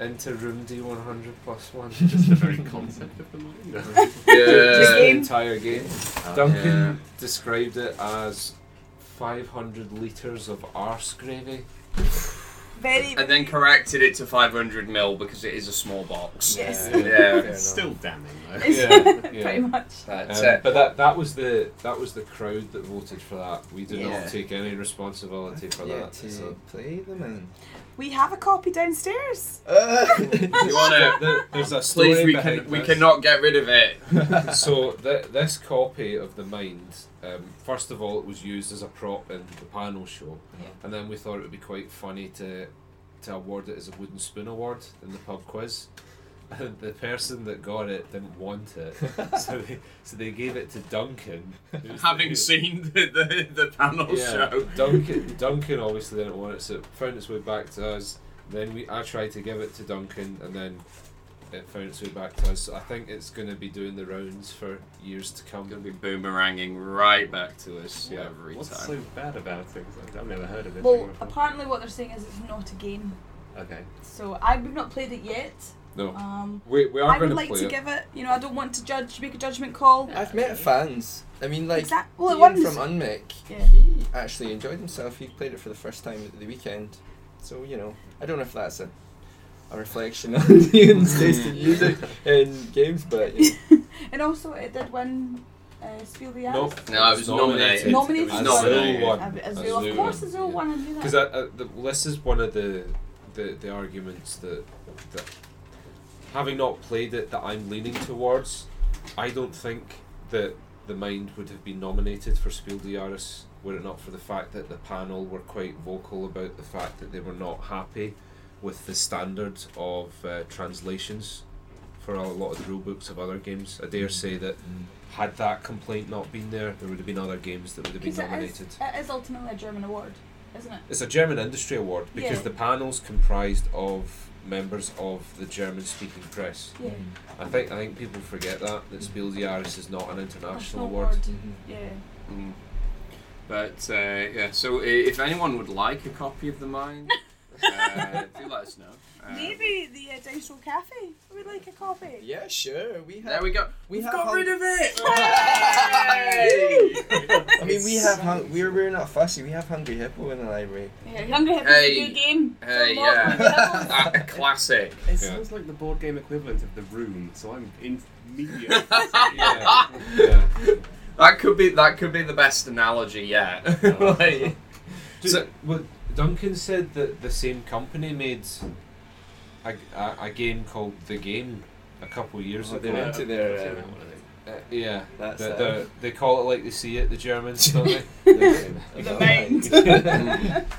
Speaker 3: into Room D100 plus one.
Speaker 5: Just the very concept of the mind.
Speaker 3: Just the
Speaker 2: game.
Speaker 3: entire game.
Speaker 5: Uh,
Speaker 3: Duncan
Speaker 1: Yeah.
Speaker 3: described it as 500 litres of arse gravy.
Speaker 2: Very.
Speaker 1: and then corrected it to 500 mil because it is a small box.
Speaker 2: Yes.
Speaker 3: Yeah,
Speaker 1: Yeah.
Speaker 4: fair
Speaker 5: Still damning though.
Speaker 2: It's-
Speaker 3: Yeah, yeah.
Speaker 2: Pretty much.
Speaker 1: That's
Speaker 3: Um,
Speaker 1: it.
Speaker 3: but that that was the that was the crowd that voted for that. We did
Speaker 1: Yeah.
Speaker 3: not take any responsibility for
Speaker 4: Yeah,
Speaker 3: that.
Speaker 4: to
Speaker 3: So.
Speaker 4: play the man.
Speaker 2: We have a copy downstairs.
Speaker 1: You wanna?
Speaker 3: There- there's a story
Speaker 1: Please, we
Speaker 3: behind
Speaker 1: can we
Speaker 3: this.
Speaker 1: cannot get rid of it.
Speaker 3: so th- this copy of the mind, um, first of all, it was used as a prop in the panel show,
Speaker 4: Yeah.
Speaker 3: and then we thought it would be quite funny to to award it as a wooden spoon award in the pub quiz. And the person that got it didn't want it, so they so they gave it to Duncan. who's the-
Speaker 1: Having seen the the, the panel show.
Speaker 3: Duncan, Duncan obviously didn't want it, so it found its way back to us. Then we, I tried to give it to Duncan, and then it found its way back to us. So I think it's going to be doing the rounds for years to come.
Speaker 1: Gonna be boomeranging right back to us
Speaker 5: Yeah.
Speaker 1: every
Speaker 5: What's so
Speaker 1: time.
Speaker 5: bad about it? 'Cause I've- I've never heard of it.
Speaker 2: Well, apparently what they're saying is it's not a game.
Speaker 5: Okay.
Speaker 2: So I've not played it yet.
Speaker 3: No,
Speaker 1: Uh,
Speaker 2: Um,
Speaker 3: we, we are
Speaker 2: I
Speaker 3: going
Speaker 2: would like
Speaker 3: play
Speaker 2: to
Speaker 3: it.
Speaker 2: give it. You know, I don't want to judge, make a judgment call.
Speaker 4: I've met fans. I mean, like
Speaker 2: Exact- well, it was-
Speaker 4: Ian from Unmic,
Speaker 2: Yeah.
Speaker 4: he actually enjoyed himself. He played it for the first time at the weekend. So you know, I don't know if that's a, a reflection on Ian's taste in music and games, but you know,
Speaker 2: And also, it did win uh, Spiel the
Speaker 3: No,
Speaker 2: Hours.
Speaker 1: No, it was nominated.
Speaker 2: Nominated.
Speaker 3: Azul
Speaker 1: Nominated.
Speaker 3: won.
Speaker 2: Of- Azul,
Speaker 3: Azul
Speaker 2: of course,
Speaker 3: won,
Speaker 2: Azul
Speaker 3: yeah.
Speaker 2: one. I knew
Speaker 3: Because
Speaker 2: that.
Speaker 3: this is one of the the, the arguments that, that having not played it that I'm leaning towards, I don't think that the mind would have been nominated for Spiel des Jahres were it not for the fact that the panel were quite vocal about the fact that they were not happy with the standard of uh, translations for a lot of the rule books of other games. I dare
Speaker 2: Mm.
Speaker 3: say that had that complaint not been there, there would have been other games that would have been
Speaker 2: Because it is,
Speaker 3: nominated.
Speaker 2: it is ultimately a German award, isn't it?
Speaker 3: It's a German industry award because
Speaker 2: Yeah.
Speaker 3: the panel's comprised of members of the German speaking press.
Speaker 2: Yeah.
Speaker 3: I think I think people forget that that Spiel des Jahres is not an
Speaker 2: National
Speaker 3: international award.
Speaker 2: Yeah.
Speaker 1: Mm. But uh, yeah, so i- if anyone would like a copy of the mind, uh, do let us know. Uh,
Speaker 2: Maybe the uh, Dice Roll Cafe would like a copy.
Speaker 4: yeah, sure. We have.
Speaker 1: There we go.
Speaker 4: We
Speaker 1: We've
Speaker 4: have
Speaker 1: got
Speaker 4: hung-
Speaker 1: rid of it.
Speaker 4: I mean, we have hung- we're we're not fussy. We have Hungry Hippo in the library.
Speaker 2: Yeah, Hungry Hippo's
Speaker 1: Hey.
Speaker 2: a good game.
Speaker 1: Hey,
Speaker 2: Don't mock
Speaker 1: yeah.
Speaker 2: Hungry Hippo.
Speaker 1: Ah, a classic.
Speaker 5: It
Speaker 3: Yeah.
Speaker 5: sounds like the board game equivalent of the room, so I'm in media.
Speaker 3: yeah. yeah.
Speaker 1: That could be that could be the best analogy yet. Oh, Like,
Speaker 3: So, well, Duncan said that the same company made a, a, a game called The Game a couple years
Speaker 4: Oh,
Speaker 3: ago.
Speaker 4: they're into their. Um,
Speaker 3: Uh, yeah,
Speaker 4: That's uh,
Speaker 3: the,
Speaker 4: it.
Speaker 3: the, they call it like they see it, the Germans, don't they?
Speaker 2: The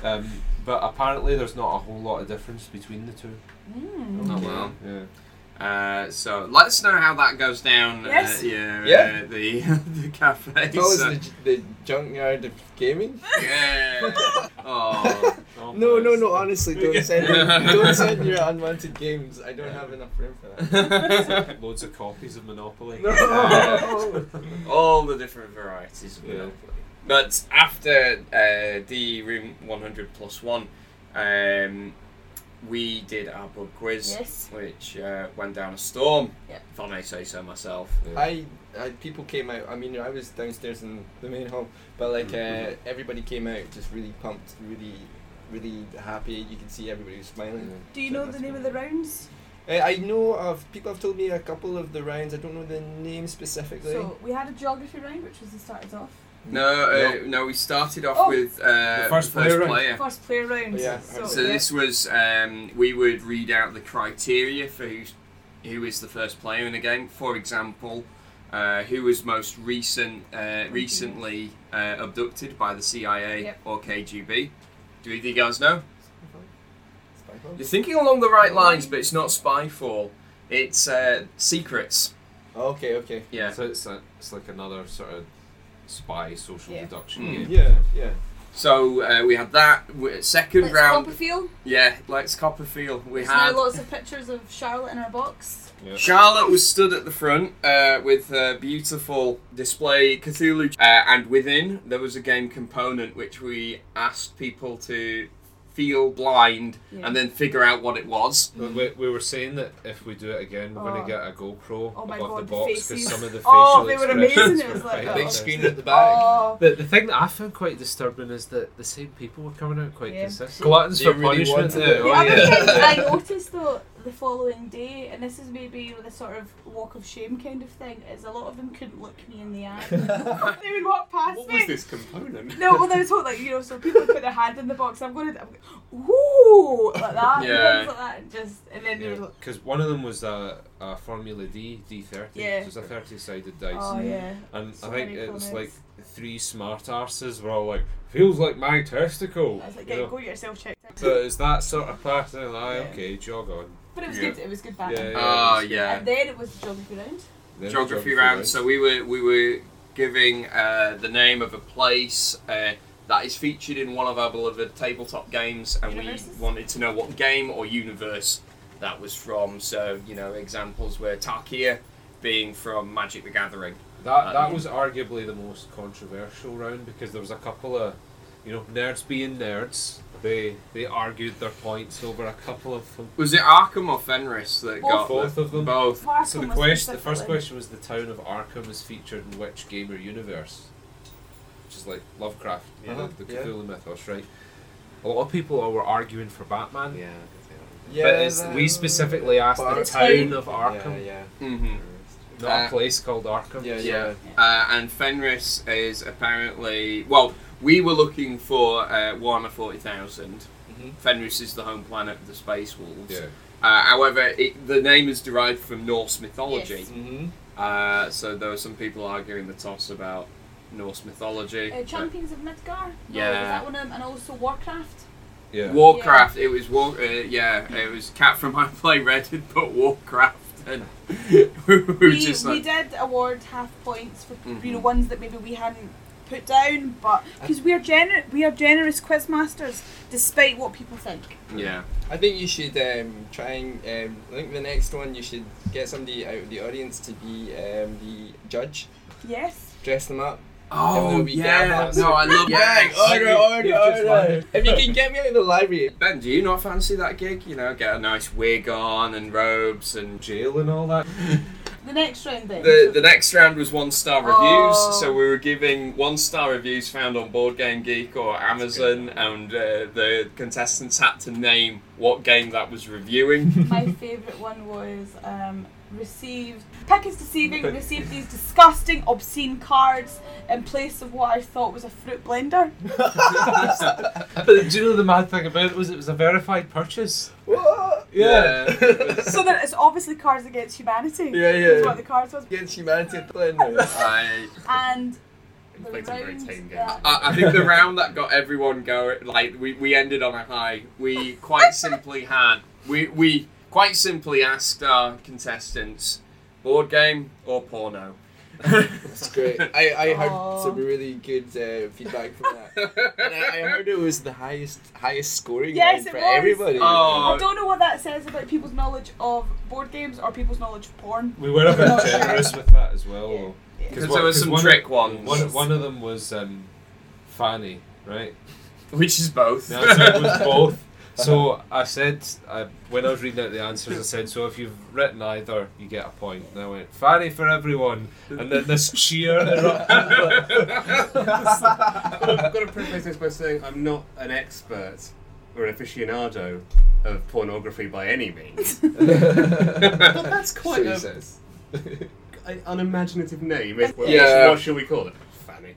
Speaker 3: Um, but apparently, there's not a whole lot of difference between the two.
Speaker 2: Mm.
Speaker 1: oh well.
Speaker 3: Yeah.
Speaker 1: Uh, so let us know how that goes down.
Speaker 2: Yes.
Speaker 1: Uh, yeah.
Speaker 4: Yeah.
Speaker 1: Uh, the the cafe.
Speaker 4: Call us
Speaker 1: so-
Speaker 4: the, the junkyard of gaming.
Speaker 1: yeah. Oh.
Speaker 4: No, no, no. Honestly, don't send don't send your unwanted games. I don't have enough room for that.
Speaker 3: Loads of copies of Monopoly.
Speaker 4: No.
Speaker 1: all the different varieties of
Speaker 3: Yeah.
Speaker 1: Monopoly. But after uh, the room 100 plus one, um, we did our pub quiz,
Speaker 2: Yes.
Speaker 1: which uh, went down a storm,
Speaker 2: Yep.
Speaker 1: if I may say so myself.
Speaker 4: I, I people came out. I mean, I was downstairs in the main hall, but like
Speaker 3: Mm-hmm.
Speaker 4: uh, everybody came out just really pumped, really, really happy. You could see everybody was smiling.
Speaker 3: Mm-hmm.
Speaker 2: Do you know the name of the rounds?
Speaker 4: Uh, I know of people have told me a couple of the rounds. I don't know the name specifically.
Speaker 2: So we had a geography round, which was the started off.
Speaker 1: No, uh, no. we started off
Speaker 2: Oh.
Speaker 1: with uh,
Speaker 3: Mm. The first player, right?
Speaker 2: First player round.
Speaker 4: Yeah.
Speaker 2: So,
Speaker 1: So
Speaker 2: Oh, yeah.
Speaker 1: this was um, we would read out the criteria for who's, who is the first player in a game. For example, uh, who was most recent uh, recently uh, abducted by the CIA
Speaker 2: Yep.
Speaker 1: or KGB. Do either you guys know?
Speaker 4: Spyfall?
Speaker 1: You're thinking along the right lines, but it's not Spyfall. It's uh, Secrets.
Speaker 4: Okay, okay.
Speaker 1: Yeah.
Speaker 3: So it's, a, it's like another sort of spy social
Speaker 2: Yeah.
Speaker 3: deduction
Speaker 1: Mm.
Speaker 3: game.
Speaker 4: Yeah, yeah.
Speaker 1: So uh, we had that w- 2nd
Speaker 2: Let's
Speaker 1: round.
Speaker 2: Copperfield.
Speaker 1: yeah, let's Copperfield. We
Speaker 2: There's
Speaker 1: had
Speaker 2: now lots of pictures of Charlotte in our box.
Speaker 3: Yeah.
Speaker 1: Charlotte was stood at the front uh, with a beautiful display Cthulhu, uh, and within there was a game component which we asked people to feel blind,
Speaker 2: Yeah.
Speaker 1: and then figure out what it was.
Speaker 3: But we, we were saying that if we do it again, we're going
Speaker 2: Oh.
Speaker 3: to get a GoPro
Speaker 2: Oh my
Speaker 3: above
Speaker 2: God,
Speaker 3: the
Speaker 2: the
Speaker 3: box because
Speaker 2: faces.
Speaker 3: some of the facial
Speaker 2: Oh, they were
Speaker 3: expressions
Speaker 2: amazing, it was
Speaker 3: were
Speaker 2: like,
Speaker 3: right
Speaker 2: oh.
Speaker 4: Big
Speaker 3: up
Speaker 4: screen
Speaker 3: there.
Speaker 4: at the back.
Speaker 2: Oh,
Speaker 3: The, the thing that I found quite disturbing is that the same people were coming out quite
Speaker 2: Yeah.
Speaker 3: consistent. Gluttons
Speaker 4: They
Speaker 3: for
Speaker 4: really
Speaker 3: punishment.
Speaker 4: wanted
Speaker 3: there,
Speaker 4: it.
Speaker 2: the
Speaker 3: oh,
Speaker 2: other
Speaker 3: yeah.
Speaker 2: thing I noticed though the following day, and this is maybe the sort of walk of shame kind of thing, is a lot of them couldn't look me in the eye. they would walk past
Speaker 5: What
Speaker 2: me.
Speaker 5: was this component?
Speaker 2: No, well, there was what, like, you know, so people put their hand in the box. I'm going to, I'm going, ooh, like that,
Speaker 1: Yeah.
Speaker 2: and things like that, and just, and then they were like,
Speaker 3: Because one of them was a, a Formula D D30,
Speaker 2: Yeah.
Speaker 3: which is a 30 sided dice.
Speaker 2: oh yeah.
Speaker 3: and
Speaker 2: so
Speaker 3: I think
Speaker 2: many
Speaker 3: it was like
Speaker 2: comments.
Speaker 3: three smart arses were all like, feels like my testicle.
Speaker 2: I was like,
Speaker 3: you
Speaker 2: yeah,
Speaker 3: know?
Speaker 2: go get yourself checked. out.
Speaker 3: So it's that sort of pattern. Like,
Speaker 2: Yeah.
Speaker 3: okay, jog on.
Speaker 2: But it was
Speaker 1: Yeah.
Speaker 2: good. It was good back.
Speaker 3: Yeah, yeah.
Speaker 1: Oh yeah.
Speaker 2: And then it was geography round.
Speaker 3: Then
Speaker 1: geography round. So we were we were giving uh, the name of a place uh, that is featured in one of our beloved tabletop games, and
Speaker 2: Universes?
Speaker 1: we wanted to know what game or universe that was from. So you know, examples were Tarkia being from Magic the Gathering.
Speaker 3: That that was arguably the most controversial round because there was a couple of, you know, nerds being nerds. They they argued their points over a couple of them.
Speaker 1: Was it Arkham or Fenris that got
Speaker 3: Both
Speaker 1: the-
Speaker 3: of them.
Speaker 1: Both.
Speaker 3: So the
Speaker 2: Markham was
Speaker 3: question, the first
Speaker 2: specifically-
Speaker 3: question was the town of Arkham is featured in which game or universe, which is like Lovecraft, you know,
Speaker 4: Uh-huh,
Speaker 3: the
Speaker 4: yeah.
Speaker 3: Cthulhu mythos, right? A lot of people were arguing for Batman.
Speaker 5: Yeah.
Speaker 4: Yeah,
Speaker 3: but it's,
Speaker 4: that-
Speaker 3: we specifically asked the
Speaker 4: But-
Speaker 3: town of
Speaker 4: Yeah,
Speaker 3: Arkham,
Speaker 4: yeah.
Speaker 1: hmm
Speaker 3: not
Speaker 1: Uh,
Speaker 3: a place called Arkham.
Speaker 4: Yeah,
Speaker 1: Yeah.
Speaker 4: yeah.
Speaker 1: Uh, and Fenris is apparently well. We were looking for uh, Warhammer forty thousand.
Speaker 4: Mhm.
Speaker 1: Fenris is the home planet of the Space Wolves.
Speaker 3: Yeah.
Speaker 1: Uh, however, it, the name is derived from Norse mythology.
Speaker 2: Yes.
Speaker 4: Mhm.
Speaker 1: Uh, so there were some people arguing the toss about Norse mythology.
Speaker 2: Uh, Champions of Midgar. No,
Speaker 1: Yeah.
Speaker 2: Was that one of them? And also Warcraft.
Speaker 3: yeah.
Speaker 1: Warcraft. It was War. Uh, yeah, it was Cat from High Play Red had put Warcraft, and we were
Speaker 2: We,
Speaker 1: just
Speaker 2: we
Speaker 1: like,
Speaker 2: did award half points for you know
Speaker 1: Mhm.
Speaker 2: ones that maybe we hadn't put down, but because we are gener- we are generous quizmasters, despite what people think.
Speaker 1: yeah,
Speaker 4: I think you should um, try and um, I think the next one you should get somebody out of the audience to be um, the judge.
Speaker 2: Yes.
Speaker 4: Dress them up.
Speaker 1: oh
Speaker 4: we
Speaker 1: yeah,
Speaker 4: gather-
Speaker 1: no, I love
Speaker 4: Yes,
Speaker 1: yes.
Speaker 4: order,
Speaker 3: you-
Speaker 4: order,
Speaker 3: you just
Speaker 4: order.
Speaker 3: like-
Speaker 4: If you can get me out of the library,
Speaker 1: Ben, do you not fancy that gig? You know, get a nice wig on and robes and
Speaker 3: Jail and all that.
Speaker 2: The next round then.
Speaker 1: The, the next round was one star reviews,
Speaker 2: Oh.
Speaker 1: so we were giving one star reviews found on Board Game Geek or Amazon, and uh, the contestants had to name what game that was reviewing.
Speaker 2: My favourite one was um, received. Peck is deceiving. Received these disgusting, obscene cards in place of what I thought was a fruit blender.
Speaker 3: But do you know the mad thing about it was it was a verified purchase?
Speaker 4: what?
Speaker 3: Yeah.
Speaker 2: so that it's obviously Cards Against Humanity.
Speaker 4: Yeah, yeah,
Speaker 2: Is
Speaker 4: yeah.
Speaker 2: what the cards was.
Speaker 4: Against humanity, playing this.
Speaker 1: I,
Speaker 2: And the
Speaker 5: Played some very
Speaker 2: round
Speaker 5: tame games.
Speaker 2: that-
Speaker 1: I I think the round that got everyone going, like we, we ended on a high. We quite simply had we we quite simply asked our contestants, board game or porno.
Speaker 4: It's great. I, I heard
Speaker 2: Aw.
Speaker 4: some really good uh, feedback from that. And I, I heard it was the highest highest scoring
Speaker 2: Yes,
Speaker 4: round
Speaker 2: it
Speaker 4: for
Speaker 2: was.
Speaker 4: everybody.
Speaker 1: Oh.
Speaker 2: I don't know what that says about people's knowledge of board games or people's knowledge of porn.
Speaker 3: We were a bit generous with that as well.
Speaker 2: Yeah.
Speaker 3: though.
Speaker 2: Yeah.
Speaker 1: 'Cause
Speaker 3: one-
Speaker 1: there were some
Speaker 3: one of-
Speaker 1: trick ones.
Speaker 3: One, one of them was um, Fanny, right?
Speaker 1: which is both.
Speaker 3: The answer was both. So I said, I, when I was reading out the answers, I said, so if you've written either, you get a point. And I went, Fanny for everyone. And then this cheer erupted.
Speaker 5: I've got to preface this by saying I'm not an expert or an aficionado of pornography by any means. but that's quite a-
Speaker 4: Jesus.
Speaker 5: an unimaginative name. Is,
Speaker 1: Yeah.
Speaker 5: What shall we call it? Fanny.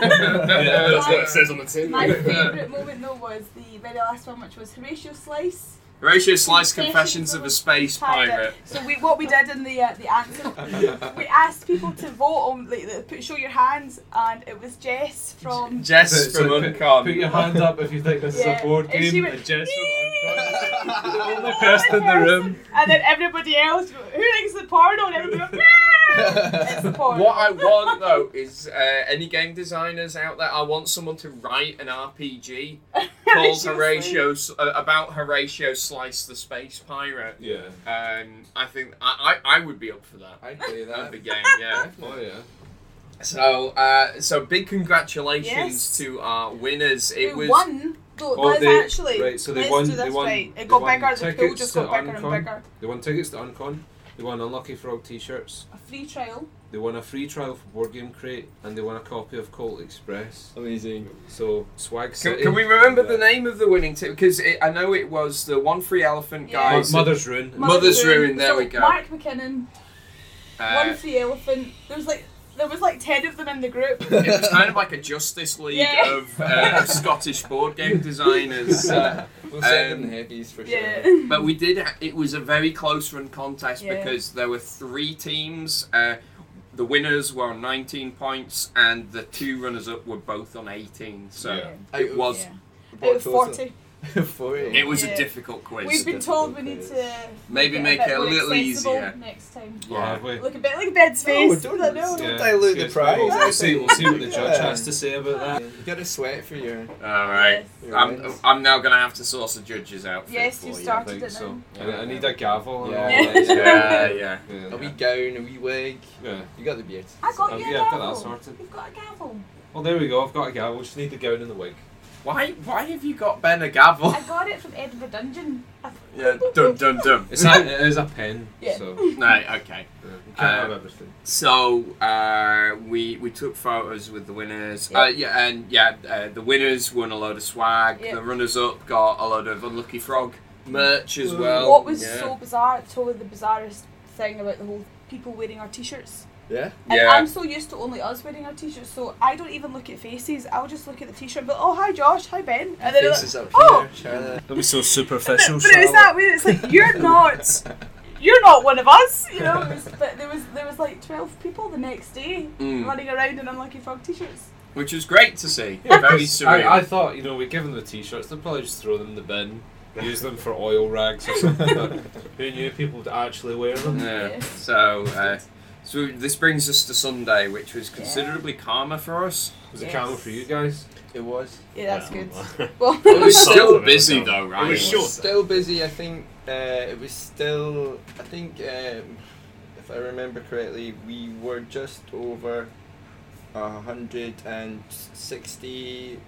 Speaker 3: Yeah,
Speaker 5: that's what it says on the tin.
Speaker 2: Um, My favourite moment though was the very last one, which was Horatio Slice.
Speaker 1: Horatio Slice Confessions of a Space Pirate.
Speaker 2: So we, what we did in the uh, the answer, we asked people to vote on like the- put- show your hands, and it was Jess from.
Speaker 3: So-
Speaker 1: Jess
Speaker 3: so
Speaker 1: from
Speaker 3: put,
Speaker 1: Uncon.
Speaker 3: put your hand up if you think this is
Speaker 2: Yeah.
Speaker 3: a board
Speaker 2: And she
Speaker 3: game.
Speaker 2: went,
Speaker 3: and Jess from Uncon.
Speaker 2: the
Speaker 3: only person in the room.
Speaker 2: and then everybody else, who likes the porno? And everybody went, "Yeah, it's the porno.
Speaker 1: What I want though is uh, any game designers out there. I want someone to write an RPG called Horatio S- uh, about Horatio Slice the Space Pirate.
Speaker 3: Yeah.
Speaker 1: Um, I think I, I, I would be up for that.
Speaker 4: I'd play
Speaker 1: That'd
Speaker 4: that.
Speaker 1: be game, yeah.
Speaker 3: Oh, yeah.
Speaker 1: So, uh, so big congratulations
Speaker 2: Yes.
Speaker 1: to our winners. It
Speaker 2: Who
Speaker 1: was
Speaker 2: won? Though,
Speaker 3: Oh,
Speaker 2: let's
Speaker 3: they-
Speaker 2: actually
Speaker 3: right, so they
Speaker 2: let's
Speaker 3: won-
Speaker 2: do
Speaker 3: they
Speaker 2: this
Speaker 3: won-
Speaker 2: right.
Speaker 3: they
Speaker 2: It got
Speaker 3: won
Speaker 2: bigger. The pool
Speaker 3: tickets
Speaker 2: just
Speaker 3: to
Speaker 2: got bigger and
Speaker 3: Uncon.
Speaker 2: bigger.
Speaker 3: They won tickets to Uncon. They won Unlucky Frog T-shirts.
Speaker 2: A free trial.
Speaker 3: They won a free trial for Board Game Crate, and they won a copy of Colt Express.
Speaker 4: Amazing.
Speaker 3: So swag
Speaker 1: Can,
Speaker 3: city.
Speaker 1: can we remember the name of the winning team? Because I know it was the one free elephant
Speaker 2: Yeah.
Speaker 1: guy.
Speaker 3: Mo-
Speaker 2: Guys,
Speaker 3: Mother's Ruin.
Speaker 1: Mother- Mother's Ruin, there
Speaker 2: So
Speaker 1: we go.
Speaker 2: Mark McKinnon, one
Speaker 1: Uh,
Speaker 2: free elephant. There was like there was like ten of them in the group.
Speaker 1: it was kind of like a Justice League
Speaker 2: Yeah.
Speaker 1: of, uh, of Scottish board game designers. Uh,
Speaker 4: We'll send
Speaker 1: Um,
Speaker 4: them heavies for sure.
Speaker 2: yeah.
Speaker 1: but we did. It was a very close run contest
Speaker 2: Yeah.
Speaker 1: because there were three teams. Uh, the winners were on 19 points, and the two runners up were both on 18. So
Speaker 3: Yeah.
Speaker 1: it was
Speaker 2: Yeah.
Speaker 4: What
Speaker 2: Out of
Speaker 4: total?
Speaker 2: forty.
Speaker 4: 40.
Speaker 1: it was a
Speaker 2: Yeah.
Speaker 1: difficult quiz.
Speaker 2: We've been told we need to
Speaker 1: Maybe
Speaker 2: get
Speaker 1: make
Speaker 2: bit
Speaker 1: it a
Speaker 2: more
Speaker 1: little
Speaker 2: accessible
Speaker 1: easier.
Speaker 2: next time.
Speaker 3: Oh, have we?
Speaker 2: Look a bit like Ben's face.
Speaker 4: don't-
Speaker 2: I know.
Speaker 4: don't dilute
Speaker 3: Excuse
Speaker 4: the
Speaker 3: me.
Speaker 4: prize.
Speaker 3: We'll see, we'll see what the judge
Speaker 4: Yeah.
Speaker 3: has to say about that.
Speaker 4: You gotta sweat for your.
Speaker 1: All right.
Speaker 4: your
Speaker 1: I'm,
Speaker 4: wins.
Speaker 1: I'm now gonna have to source the judges out.
Speaker 2: Yes,
Speaker 1: for
Speaker 2: you
Speaker 1: you.
Speaker 3: I
Speaker 2: start.
Speaker 3: think
Speaker 2: Did
Speaker 3: so.
Speaker 4: they?
Speaker 3: I, I need a gavel and
Speaker 4: Yeah.
Speaker 3: all
Speaker 2: Yeah.
Speaker 1: Yeah,
Speaker 3: that.
Speaker 1: yeah.
Speaker 3: Yeah.
Speaker 4: A wee gown, a wee wig.
Speaker 3: Yeah.
Speaker 4: You got the beard.
Speaker 2: I got
Speaker 3: Oh,
Speaker 2: you a
Speaker 3: yeah, I've got
Speaker 2: gavel.
Speaker 3: that sorted.
Speaker 2: You've got a gavel.
Speaker 3: Well, there we go. I've got a gavel. Just need the gown and the wig.
Speaker 1: Why? Why have you got Ben a gavel?
Speaker 2: I got it from Edinburgh Dungeon. I-
Speaker 1: yeah, dum dum dum.
Speaker 3: It's a, it is a pen,
Speaker 2: Yeah.
Speaker 3: so
Speaker 1: No, okay.
Speaker 3: yeah, you can't
Speaker 1: Uh,
Speaker 3: have everything.
Speaker 1: So uh, we we took photos with the winners. Yeah, uh, yeah and yeah, uh, the winners won a load of swag.
Speaker 2: Yeah.
Speaker 1: The runners up got a load of unlucky frog merch as well.
Speaker 2: what was
Speaker 1: yeah.
Speaker 2: so bizarre, totally the bizarrest thing about the whole people wearing our t-shirts.
Speaker 4: Yeah?
Speaker 2: And
Speaker 1: Yeah.
Speaker 2: I'm so used to only us wearing our t-shirts, so I don't even look at faces. I'll just look at the t-shirt, but oh hi Josh, hi Ben, and then
Speaker 4: Faces up
Speaker 2: oh.
Speaker 4: here, Charlotte.
Speaker 3: That was so
Speaker 2: but,
Speaker 3: superficial.
Speaker 2: but it was that way. It's like you're not, you're not one of us, you know. It was, but there was there was like twelve people the next day
Speaker 1: Mm.
Speaker 2: running around in unlucky frog t-shirts.
Speaker 1: Which was great to see. Very surreal.
Speaker 3: I, I thought, you know, we give them the t-shirts, they'll probably just throw them in the bin, use them for oil rags or something. but who knew people would actually wear them?
Speaker 1: yeah.
Speaker 2: Yeah.
Speaker 1: So. Uh, so this brings us to Sunday, which was considerably calmer for us.
Speaker 3: Was it
Speaker 2: Yes.
Speaker 3: camel for you guys?
Speaker 4: It was.
Speaker 2: Yeah, that's
Speaker 5: Yeah.
Speaker 2: good. Well,
Speaker 1: It was
Speaker 5: Parts
Speaker 1: still
Speaker 5: of it
Speaker 1: busy
Speaker 5: were-
Speaker 1: though, right?
Speaker 5: It was
Speaker 4: It was
Speaker 5: short.
Speaker 4: still busy, I think. Uh, it was still. I think, um, if I remember correctly, we were just over 160. I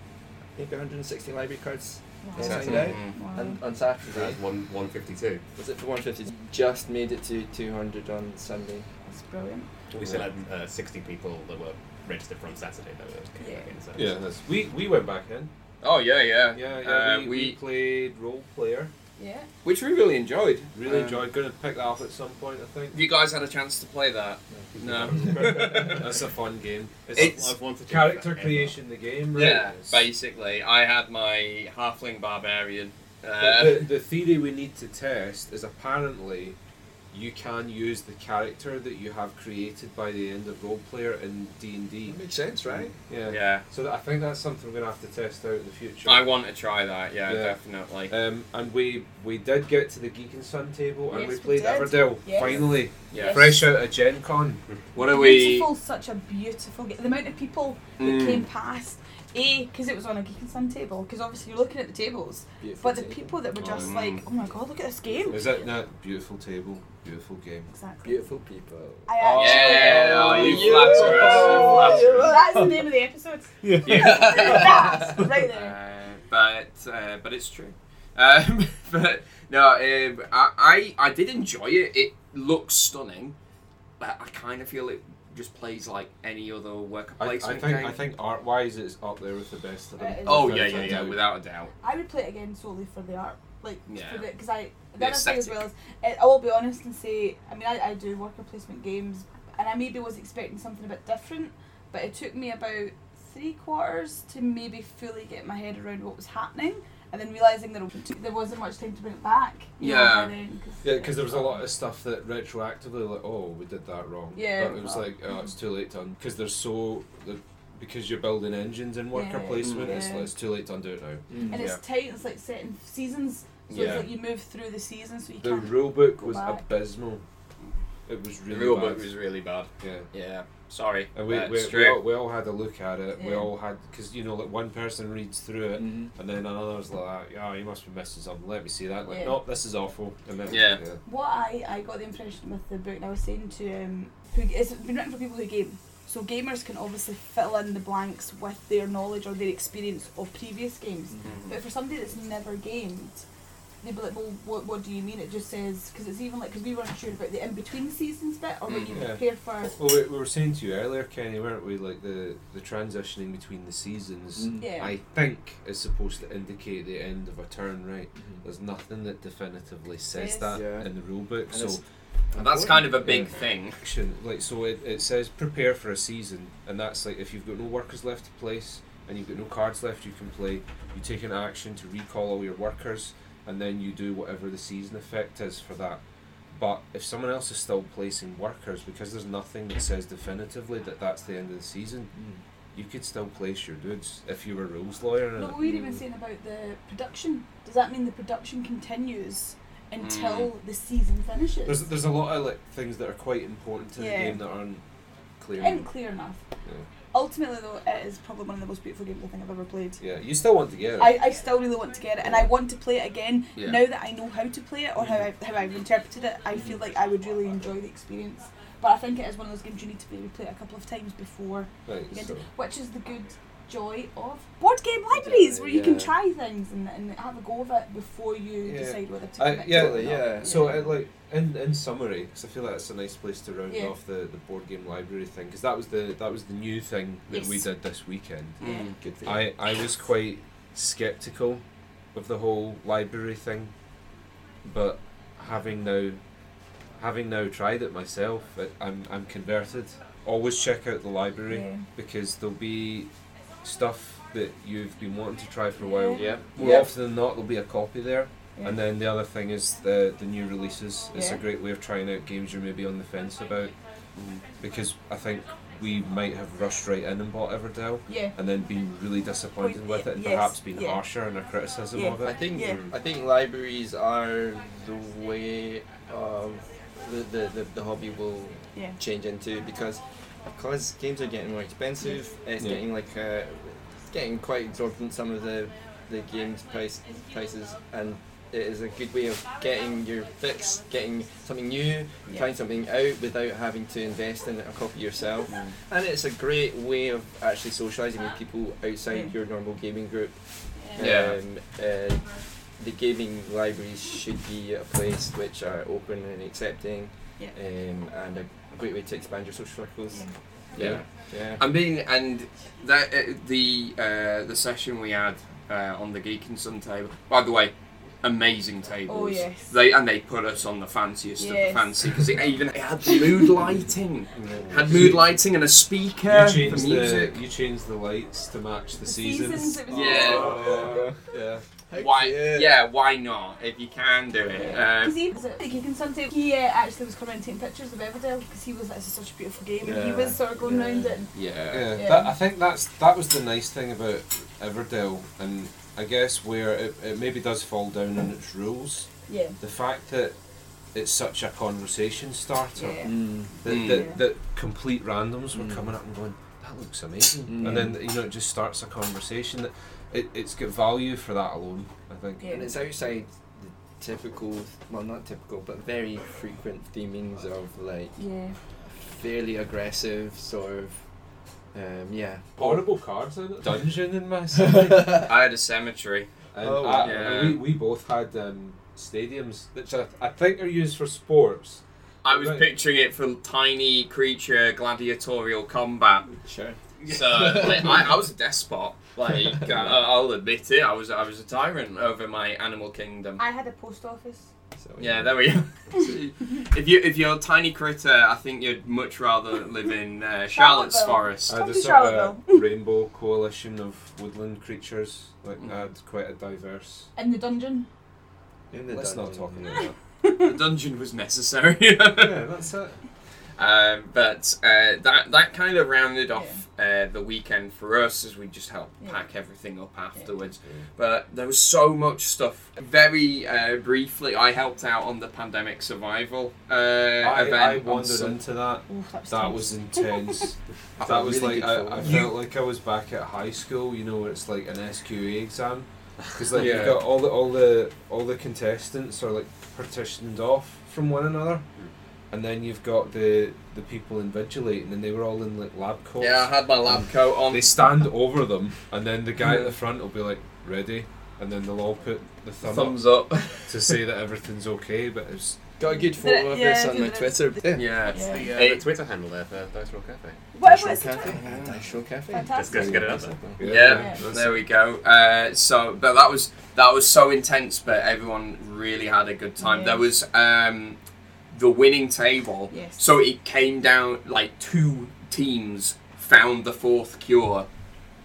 Speaker 4: think 160 library cards
Speaker 2: Wow.
Speaker 4: Is
Speaker 5: that
Speaker 4: Sunday.
Speaker 1: Mm-hmm.
Speaker 2: Wow.
Speaker 4: on, on
Speaker 5: That's
Speaker 4: Saturday.
Speaker 5: one one fifty two.
Speaker 4: Was it for 150? Just made it to 200 on Sunday.
Speaker 2: That's brilliant.
Speaker 5: We still had uh, sixty people that were registered from Saturday that were came
Speaker 2: Yeah.
Speaker 5: back in. So
Speaker 3: Yeah, that's, we we went back in.
Speaker 1: Oh yeah, yeah,
Speaker 3: Yeah, yeah.
Speaker 1: Uh, we,
Speaker 3: we, we, played role player.
Speaker 2: Yeah.
Speaker 1: which we really enjoyed.
Speaker 3: Really
Speaker 1: Um,
Speaker 3: enjoyed. Going to pick that up at some point, I think.
Speaker 1: You guys had a chance to play that. No.
Speaker 3: That's a fun game. It's,
Speaker 1: It's
Speaker 5: I've wanted to do
Speaker 3: character
Speaker 5: that ever.
Speaker 3: creation, the game. Right?
Speaker 1: Yeah,
Speaker 3: It's-
Speaker 1: basically, I had my halfling barbarian.
Speaker 3: But
Speaker 1: Uh,
Speaker 3: the, the theory we need to test is apparently you can use the character that you have created by the end of role player in D and D.
Speaker 4: makes sense, right?
Speaker 3: Yeah.
Speaker 1: yeah,
Speaker 3: So that, I think that's something we're gonna have to test out in the future.
Speaker 1: I want to try that. Yeah,
Speaker 3: Yeah.
Speaker 1: definitely.
Speaker 3: um, and we we did get to the Geek and Sun table and
Speaker 2: Yes,
Speaker 3: we
Speaker 2: we
Speaker 3: played
Speaker 2: did.
Speaker 3: Everdell
Speaker 2: Yes.
Speaker 3: finally,
Speaker 1: Yeah.
Speaker 3: fresh out of Gen Con.
Speaker 1: What are we?
Speaker 2: Beautiful, such a beautiful. Ge- the amount of people that
Speaker 1: Mm.
Speaker 2: came past, a because it was on a Geek and Sun table. Because obviously you're looking at the tables,
Speaker 4: Beautiful
Speaker 2: but the
Speaker 4: table.
Speaker 2: people that were just
Speaker 1: Oh, mm.
Speaker 2: like, oh my god, look at this game.
Speaker 3: Is that that beautiful table, beautiful game?
Speaker 2: Exactly.
Speaker 4: Beautiful people.
Speaker 2: I actually.
Speaker 1: Yeah, oh, you flatter us, you flatter us.
Speaker 2: That's the name of the episode. That's right there.
Speaker 1: Uh, but uh, but it's true. Um, but no, um, I, I I did enjoy it. It looks stunning, but I kind of feel it just plays like any other worker
Speaker 3: I, I
Speaker 1: placement
Speaker 3: think
Speaker 1: game.
Speaker 3: I think art wise it's up there with the best of
Speaker 2: It
Speaker 3: them.
Speaker 2: is.
Speaker 1: oh yeah,
Speaker 3: Without
Speaker 1: yeah,
Speaker 3: a
Speaker 1: yeah,
Speaker 3: doubt.
Speaker 1: without a doubt.
Speaker 2: I would play it again solely for the art, like
Speaker 1: Yeah.
Speaker 2: for the because I. The,
Speaker 1: The
Speaker 2: other thing as
Speaker 1: aesthetic.
Speaker 2: well is, eh, I will be honest and say, I mean, I, I do worker placement games, and I maybe was expecting something a bit different, but it took me about three quarters to maybe fully get my head around what was happening, and then realizing there there wasn't much time to bring it back. you know,
Speaker 1: Yeah.
Speaker 2: by then, cause,
Speaker 3: Yeah, because there was a lot of stuff that retroactively, like, oh, we did that wrong.
Speaker 2: Yeah.
Speaker 3: But it was like, oh, it's too late to undo. Because there's so. they're- Because you're building engines and worker
Speaker 2: Yeah.
Speaker 3: placement, it's,
Speaker 2: Yeah.
Speaker 3: like, it's too late to undo it now.
Speaker 4: Mm.
Speaker 2: And
Speaker 3: Yeah.
Speaker 2: it's tight. It's like set in seasons, so
Speaker 3: Yeah.
Speaker 2: it's like you move through the seasons, so you
Speaker 3: The
Speaker 2: can't.
Speaker 3: rule book
Speaker 2: Go
Speaker 3: was
Speaker 2: back.
Speaker 3: abysmal. It was really
Speaker 1: the real
Speaker 3: bad.
Speaker 1: book was really bad.
Speaker 3: yeah.
Speaker 1: Yeah, sorry.
Speaker 3: And we,
Speaker 1: but
Speaker 3: we,
Speaker 1: it's
Speaker 3: we,
Speaker 1: true.
Speaker 3: all, we all had a look at it. We
Speaker 2: Yeah.
Speaker 3: all had. Because, you know, like one person reads through it.
Speaker 4: Mhm.
Speaker 3: And then another's like, oh, you must be missing something. Let me see that. Like,
Speaker 2: Yeah.
Speaker 3: nope, this is awful. And then,
Speaker 1: Yeah.
Speaker 2: What I, I got the impression with the book, and I was saying to um, who it's been written for people who game, So gamers can obviously fill in the blanks with their knowledge or their experience of previous games.
Speaker 4: Mm-hmm.
Speaker 2: But for somebody that's never gamed, they'd be like, well, what, what do you mean? It just says, because it's even like, because we weren't sure about the in between seasons bit or what you
Speaker 3: Mhm. Yeah.
Speaker 2: prepare for.
Speaker 3: Well, we, we were saying to you earlier, Kenny, weren't we? Like the the transitioning between the seasons.
Speaker 4: Mm.
Speaker 2: Yeah.
Speaker 3: I think is supposed to indicate the end of a turn, right?
Speaker 4: Mm-hmm.
Speaker 3: There's nothing that definitively says
Speaker 2: Yes.
Speaker 3: that
Speaker 4: Yeah.
Speaker 3: in the rulebook.
Speaker 4: And
Speaker 3: So
Speaker 4: it's
Speaker 1: And that's kind of a big
Speaker 3: Yeah.
Speaker 1: thing.
Speaker 3: action, like so, it, it says prepare for a season, and that's like if you've got no workers left to place and you've got no cards left you can play, you take an action to recall all your workers, and then you do whatever the season effect is for that. But if someone else is still placing workers, because there's nothing that says definitively that that's the end of the season,
Speaker 4: Mm-hmm.
Speaker 3: you could still place your dudes if you were a rules lawyer.
Speaker 2: No,
Speaker 3: and
Speaker 2: but we were even saying about the production. Does that mean the production continues until
Speaker 3: Mm.
Speaker 2: the season finishes?
Speaker 3: There's there's a lot of like things that are quite important to
Speaker 2: Yeah.
Speaker 3: the game that aren't clear.
Speaker 2: and clear enough.
Speaker 3: Yeah.
Speaker 2: Ultimately, though, it is probably one of the most beautiful games I think I've ever played.
Speaker 3: Yeah, you still want to get it.
Speaker 2: I, I still really want to get it, and I want to play it again.
Speaker 1: Yeah.
Speaker 2: Now that I know how to play it or how,
Speaker 3: Mm-hmm.
Speaker 2: I, how I've interpreted it, I feel like I would really enjoy the experience. But I think it is one of those games you need to maybe play it a couple of times before
Speaker 3: Right,
Speaker 2: you get
Speaker 3: so-
Speaker 2: to, which is the good joy of board game libraries, where you can
Speaker 4: Yeah.
Speaker 2: try things and, and have a go of it before you
Speaker 3: Yeah.
Speaker 2: decide whether to
Speaker 3: I-
Speaker 2: commit
Speaker 3: yeah,
Speaker 2: to it or
Speaker 4: Totally,
Speaker 2: not.
Speaker 4: yeah.
Speaker 3: So, uh, like, in in summary, because I feel like that's a nice place to round
Speaker 2: Yeah.
Speaker 3: off the, the board game library thing, because that was the that was the new thing that we
Speaker 2: Yes.
Speaker 3: did this weekend.
Speaker 1: Mm.
Speaker 4: Good thing.
Speaker 3: I I was quite skeptical of the whole library thing, but having now having now tried it myself, it, I'm I'm converted. Always check out the library
Speaker 2: Yeah.
Speaker 3: because there'll be stuff that you've been wanting to try for a while.
Speaker 4: Yep.
Speaker 3: More
Speaker 4: Yep.
Speaker 3: often than not, there'll be a copy there.
Speaker 2: Yeah.
Speaker 3: And then the other thing is the the new releases. It's a
Speaker 2: Yeah.
Speaker 3: great way of trying out games you're maybe on the fence about, because I think we might have rushed right in and bought Everdell,
Speaker 2: Yeah.
Speaker 3: and then been really disappointed
Speaker 2: Point-
Speaker 3: with it, and
Speaker 2: yes,
Speaker 3: perhaps been
Speaker 2: yeah.
Speaker 3: harsher in our criticism
Speaker 2: Yeah.
Speaker 3: of
Speaker 4: I
Speaker 3: it.
Speaker 4: think
Speaker 2: Yeah.
Speaker 4: I think libraries are the way of the, the, the, the hobby will
Speaker 2: Yeah.
Speaker 4: change into because because games are getting more expensive. It's
Speaker 3: Yeah.
Speaker 4: getting like uh, it's getting quite exorbitant some of the the games price prices and. It is a good way of getting your fix, getting something new,
Speaker 2: Yeah.
Speaker 4: trying something out without having to invest in a copy yourself. And it's a great way of actually socialising with people outside
Speaker 2: Mm. Yeah.
Speaker 4: your normal gaming group.
Speaker 1: Yeah.
Speaker 4: Um, uh, the gaming libraries should be a place which are open and accepting,
Speaker 2: Yeah.
Speaker 4: um, and a great way to expand your social circles.
Speaker 3: Yeah.
Speaker 4: Yeah.
Speaker 1: I mean, and that uh, the uh, the session we had uh, on the Geek and Sun table. By the way, amazing tables.
Speaker 2: Oh, yes.
Speaker 1: They and they put us on the fanciest of
Speaker 2: Yes.
Speaker 1: the fancy because it even it had mood lighting, had
Speaker 3: You-
Speaker 1: mood lighting and a speaker
Speaker 3: You
Speaker 1: for
Speaker 3: changed the,
Speaker 1: music.
Speaker 3: you changed the lights to match the
Speaker 2: The seasons,
Speaker 3: seasons.
Speaker 2: it was-
Speaker 1: Yeah.
Speaker 3: Oh, yeah.
Speaker 1: Why? Yeah. why not? If you can do it. Uh,
Speaker 2: Because he was at the Geek and Sunday, he uh, actually was commenting pictures of Everdell because he was like, this is such a beautiful game. And he
Speaker 4: Yeah,
Speaker 2: was sort of going
Speaker 4: yeah.
Speaker 2: round it.
Speaker 1: yeah.
Speaker 3: Yeah,
Speaker 2: Yeah.
Speaker 3: That, I think that's that was the nice thing about Everdell, and I guess where it, it maybe does fall down on its rules,
Speaker 2: Yeah.
Speaker 3: the fact that it's such a conversation starter
Speaker 2: Yeah.
Speaker 4: Mm.
Speaker 3: that,
Speaker 1: Mm.
Speaker 3: that, that complete randoms were
Speaker 4: Mm.
Speaker 3: coming up and going that looks amazing
Speaker 4: Mm.
Speaker 3: and then you know it just starts a conversation that it, it's got value for that alone i think
Speaker 2: Yeah.
Speaker 4: And it's outside the typical, well, not typical, but very frequent themings of like
Speaker 2: Yeah.
Speaker 4: fairly aggressive sort of, um, yeah.
Speaker 3: horrible cards in it dungeon in my city
Speaker 1: I had a cemetery.
Speaker 3: And
Speaker 4: Oh,
Speaker 3: I-
Speaker 1: yeah.
Speaker 3: we, we both had um, stadiums which I, I think are used for sports
Speaker 1: I was
Speaker 3: Right.
Speaker 1: picturing it for tiny creature gladiatorial combat.
Speaker 4: Sure.
Speaker 1: So like, I, I was a despot. Like I, I'll admit it, I was I was a tyrant over my animal kingdom.
Speaker 2: I had a post office.
Speaker 4: So,
Speaker 1: Yeah, there we go. if you if you're a tiny critter, I think you'd much rather live in uh, Charlotte's
Speaker 2: Charlottesville.
Speaker 1: forest.
Speaker 3: I had
Speaker 2: Come
Speaker 3: a
Speaker 2: to
Speaker 3: sort of
Speaker 2: Charlottesville.
Speaker 3: rainbow coalition of woodland creatures like I had quite a diverse
Speaker 2: In the dungeon.
Speaker 4: In the
Speaker 3: let's not
Speaker 4: dungeon.
Speaker 3: talk about that
Speaker 1: The dungeon was necessary.
Speaker 3: yeah that's it
Speaker 1: Um, but uh, that that kind of rounded off uh, the weekend for us as we just helped
Speaker 2: Yeah.
Speaker 1: pack everything up afterwards. But there was so much stuff. Very uh, briefly, I helped out on the pandemic survival uh,
Speaker 3: I,
Speaker 1: event.
Speaker 3: I
Speaker 1: on
Speaker 3: wandered
Speaker 1: Sun-
Speaker 3: into that
Speaker 2: Oof, that was,
Speaker 3: That
Speaker 2: tense.
Speaker 3: was intense.
Speaker 4: I
Speaker 3: that
Speaker 4: felt
Speaker 3: was
Speaker 4: really
Speaker 3: like I,
Speaker 4: good for
Speaker 3: I
Speaker 4: it.
Speaker 3: felt like I was back at high school. You know, where it's like an SQA exam because like
Speaker 1: Yeah.
Speaker 3: you've got all the all the all the contestants are like partitioned off from one another, and then you've got the the people invigilating, and they were all in like lab coats.
Speaker 1: Yeah, I had my lab coat on.
Speaker 3: They stand over them, and then the guy at the front will be like, "Ready," and then they'll all put the thumb
Speaker 1: Thumbs up.
Speaker 3: up to say that everything's okay. But it's
Speaker 4: Got a
Speaker 2: Did
Speaker 4: good
Speaker 2: it-
Speaker 4: photo of
Speaker 2: yeah,
Speaker 4: this on
Speaker 2: did
Speaker 4: my
Speaker 2: it-
Speaker 4: Twitter.
Speaker 1: Yeah.
Speaker 2: Yeah.
Speaker 5: The, uh,
Speaker 1: Hey.
Speaker 5: the Twitter handle there for Dice Roll Cafe.
Speaker 2: What,
Speaker 4: Dice
Speaker 2: what's the
Speaker 4: Roll Cafe.
Speaker 2: Twitter?
Speaker 4: Yeah, Dice Roll Cafe.
Speaker 5: Let's
Speaker 2: Fantastic.
Speaker 5: go get it up there.
Speaker 3: yeah,
Speaker 1: Yeah,
Speaker 3: that's-
Speaker 1: there we go. Uh, so, but that was that was so intense, but everyone really had a good time.
Speaker 2: Yeah.
Speaker 1: There was um, the winning table,
Speaker 2: Yes.
Speaker 1: so it came down like two teams found the fourth cure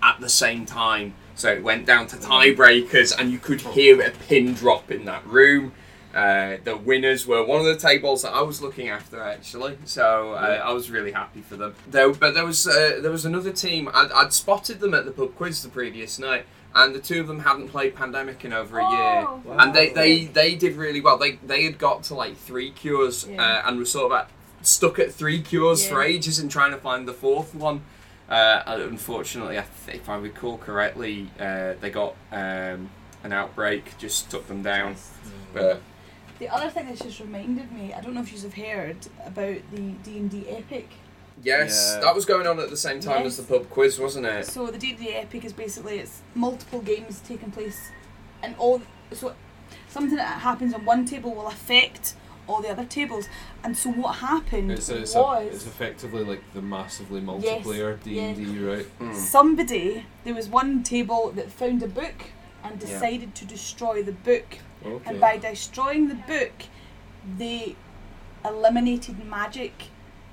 Speaker 1: at the same time. So it went down to tiebreakers, and you could hear a pin drop in that room. Uh, the winners were one of the tables that I was looking after actually, so uh, I was really happy for them. There, but there was uh, there was another team. I'd, I'd spotted them at the pub quiz the previous night, and the two of them hadn't played Pandemic in over a year.
Speaker 2: Oh,
Speaker 4: Wow.
Speaker 1: And they, they, they did really well. They, they had got to like three cures
Speaker 2: Yeah.
Speaker 1: uh, and were sort of at, stuck at three cures for
Speaker 2: Yeah.
Speaker 1: ages and trying to find the fourth one. Uh, and unfortunately, I th- if I recall correctly, uh, they got um, an outbreak, just took them down. But
Speaker 2: The other thing that's just reminded me, I don't know if you have heard about the D and D epic.
Speaker 1: yes,
Speaker 4: Yeah.
Speaker 1: that was going on at the same time as
Speaker 2: Yes.
Speaker 1: the pub quiz, wasn't
Speaker 3: Uh,
Speaker 1: it?
Speaker 2: So the D and D epic is basically it's multiple games taking place, and all so something that happens on one table will affect all the other tables. And so what happened
Speaker 3: It's, a, it's, a,
Speaker 2: was
Speaker 3: it's effectively like the massively multiplayer D and D, right?
Speaker 1: Mm.
Speaker 2: somebody there was one table that found a book and
Speaker 1: Yeah.
Speaker 2: decided to destroy the book.
Speaker 3: Okay.
Speaker 2: And by destroying the book, they eliminated magic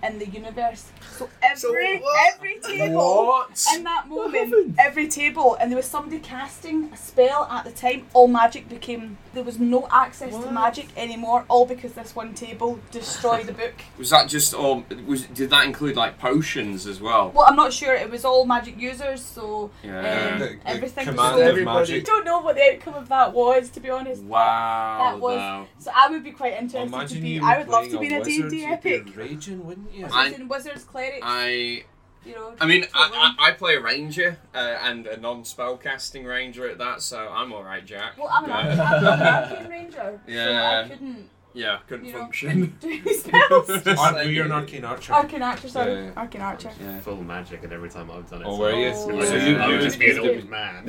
Speaker 2: in the universe. So every
Speaker 4: what?
Speaker 2: every table in that moment, every table, and there was somebody casting a spell at the time. All magic became there was no access to
Speaker 4: What?
Speaker 2: magic anymore. All because this one table destroyed the book.
Speaker 1: Was that just all? Was did that include like potions as well?
Speaker 2: Well, I'm not sure. It was all magic users, so
Speaker 1: Yeah.
Speaker 2: um,
Speaker 3: The- the
Speaker 2: everything.
Speaker 3: command
Speaker 2: was
Speaker 3: of
Speaker 2: so- I
Speaker 3: magic.
Speaker 2: don't know what the outcome of that was, to be honest.
Speaker 1: Wow.
Speaker 2: That was-
Speaker 1: wow.
Speaker 2: So I would be quite interested to
Speaker 3: Imagine
Speaker 2: be.
Speaker 3: you.
Speaker 2: I
Speaker 3: were
Speaker 2: would love
Speaker 3: playing
Speaker 2: to
Speaker 3: a
Speaker 2: be in a
Speaker 3: wizard,
Speaker 2: D&D
Speaker 3: you'd be
Speaker 2: epic.
Speaker 3: raging, wouldn't you?
Speaker 1: I-
Speaker 2: Wizards and wizards, clerics,
Speaker 1: I
Speaker 2: you know.
Speaker 1: I mean,
Speaker 2: so
Speaker 1: I,
Speaker 2: on.
Speaker 1: I, I play a ranger uh, and a non-spellcasting ranger at that, so I'm all right, Jack.
Speaker 2: well, I'm an arc- I'm an arcane ranger,
Speaker 1: Yeah.
Speaker 2: so I couldn't,
Speaker 1: yeah, couldn't
Speaker 2: you know,
Speaker 1: function.
Speaker 2: do any spells.
Speaker 1: Just
Speaker 3: Aren't
Speaker 1: like-
Speaker 3: we? You're an arcane archer.
Speaker 2: arcane archer, sorry,
Speaker 3: Yeah.
Speaker 2: arcane archer.
Speaker 1: Yeah.
Speaker 5: Full magic, and every time I've done it,
Speaker 3: Oh, were you?
Speaker 2: Oh.
Speaker 5: Like,
Speaker 2: So
Speaker 5: yeah,
Speaker 2: you-
Speaker 5: I
Speaker 2: you
Speaker 5: would just be an
Speaker 2: just-
Speaker 5: old man.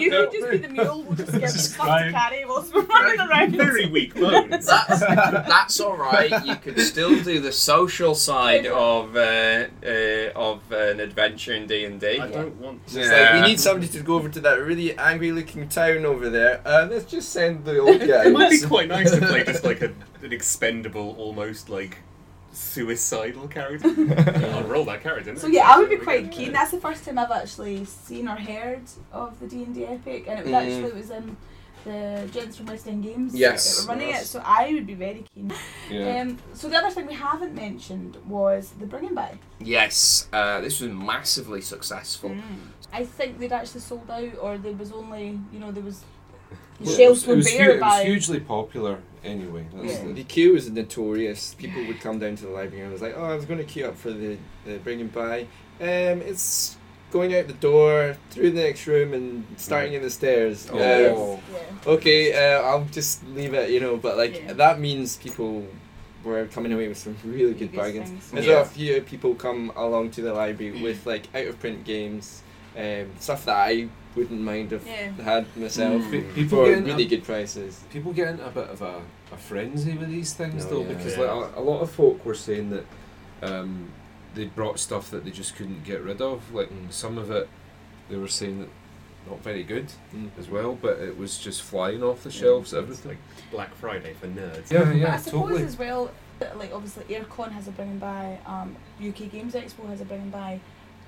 Speaker 2: You could just be the mule. We'll just get the
Speaker 5: Just
Speaker 2: stuff to
Speaker 5: crying.
Speaker 2: carry. We'll run around.
Speaker 5: Very weak bones.
Speaker 1: That's, that's all right. You could still do the social side of uh, uh, of an adventure in D and D.
Speaker 5: I don't want.
Speaker 4: It's
Speaker 5: To.
Speaker 4: just
Speaker 1: Yeah.
Speaker 4: like we need somebody to go over to that really angry looking town over there. Uh, let's just send the old guy.
Speaker 5: It might be quite nice to play just like a, an expendable, almost like suicidal character. I'll roll that character.
Speaker 2: So yeah, I would be quite keen. That's the first time I've actually seen or heard of the D and D epic, and it was
Speaker 1: Mm.
Speaker 2: actually it was in the gents from West End Games
Speaker 1: Yes.
Speaker 2: that were running it. So I would be very keen.
Speaker 3: Yeah.
Speaker 2: Um, so the other thing we haven't mentioned was the bringing by.
Speaker 1: Yes, uh, this was massively successful.
Speaker 2: Mm.
Speaker 3: Mm.
Speaker 2: I think they'd actually sold out, or there was only you know there was the
Speaker 3: Well,
Speaker 2: shelves were
Speaker 3: it was, hu-
Speaker 2: bare
Speaker 3: it was
Speaker 2: by.
Speaker 3: hugely popular anyway. That's
Speaker 2: Yeah.
Speaker 3: the,
Speaker 4: The queue was notorious. People would come down to the library and I was like, oh, I was going to queue up for the, the bringing by. Um, it's going out the door, through the next room, and starting in the stairs.
Speaker 3: Yeah.
Speaker 4: Um,
Speaker 2: Yes, yeah.
Speaker 4: okay, uh, I'll just leave it, you know, but like
Speaker 2: Yeah.
Speaker 4: that means people were coming away with some really good bargains.
Speaker 2: things.
Speaker 4: There's
Speaker 1: Yeah.
Speaker 4: a few people come along to the library with like out of print games, um, stuff that I wouldn't mind have
Speaker 2: Yeah.
Speaker 4: had myself
Speaker 3: Pe-
Speaker 4: for
Speaker 3: people get
Speaker 4: really
Speaker 3: into,
Speaker 4: good prices.
Speaker 3: people get into a bit of a, a frenzy with these things
Speaker 4: Oh,
Speaker 3: though
Speaker 4: yeah.
Speaker 3: because
Speaker 5: Yeah.
Speaker 3: like a, a lot of folk were saying that um, they brought stuff that they just couldn't get rid of. Like
Speaker 4: Mm.
Speaker 3: some of it, they were saying that not very good
Speaker 4: Mm.
Speaker 3: as well, but it was just flying off the
Speaker 4: Yeah.
Speaker 3: shelves.
Speaker 5: It's
Speaker 3: Everything.
Speaker 5: like Black Friday for nerds.
Speaker 3: Yeah,
Speaker 2: But I
Speaker 3: yeah,
Speaker 2: suppose
Speaker 3: totally.
Speaker 2: as well, that, like obviously Aircon has a bringing by, um, UK Games Expo has a bringing by,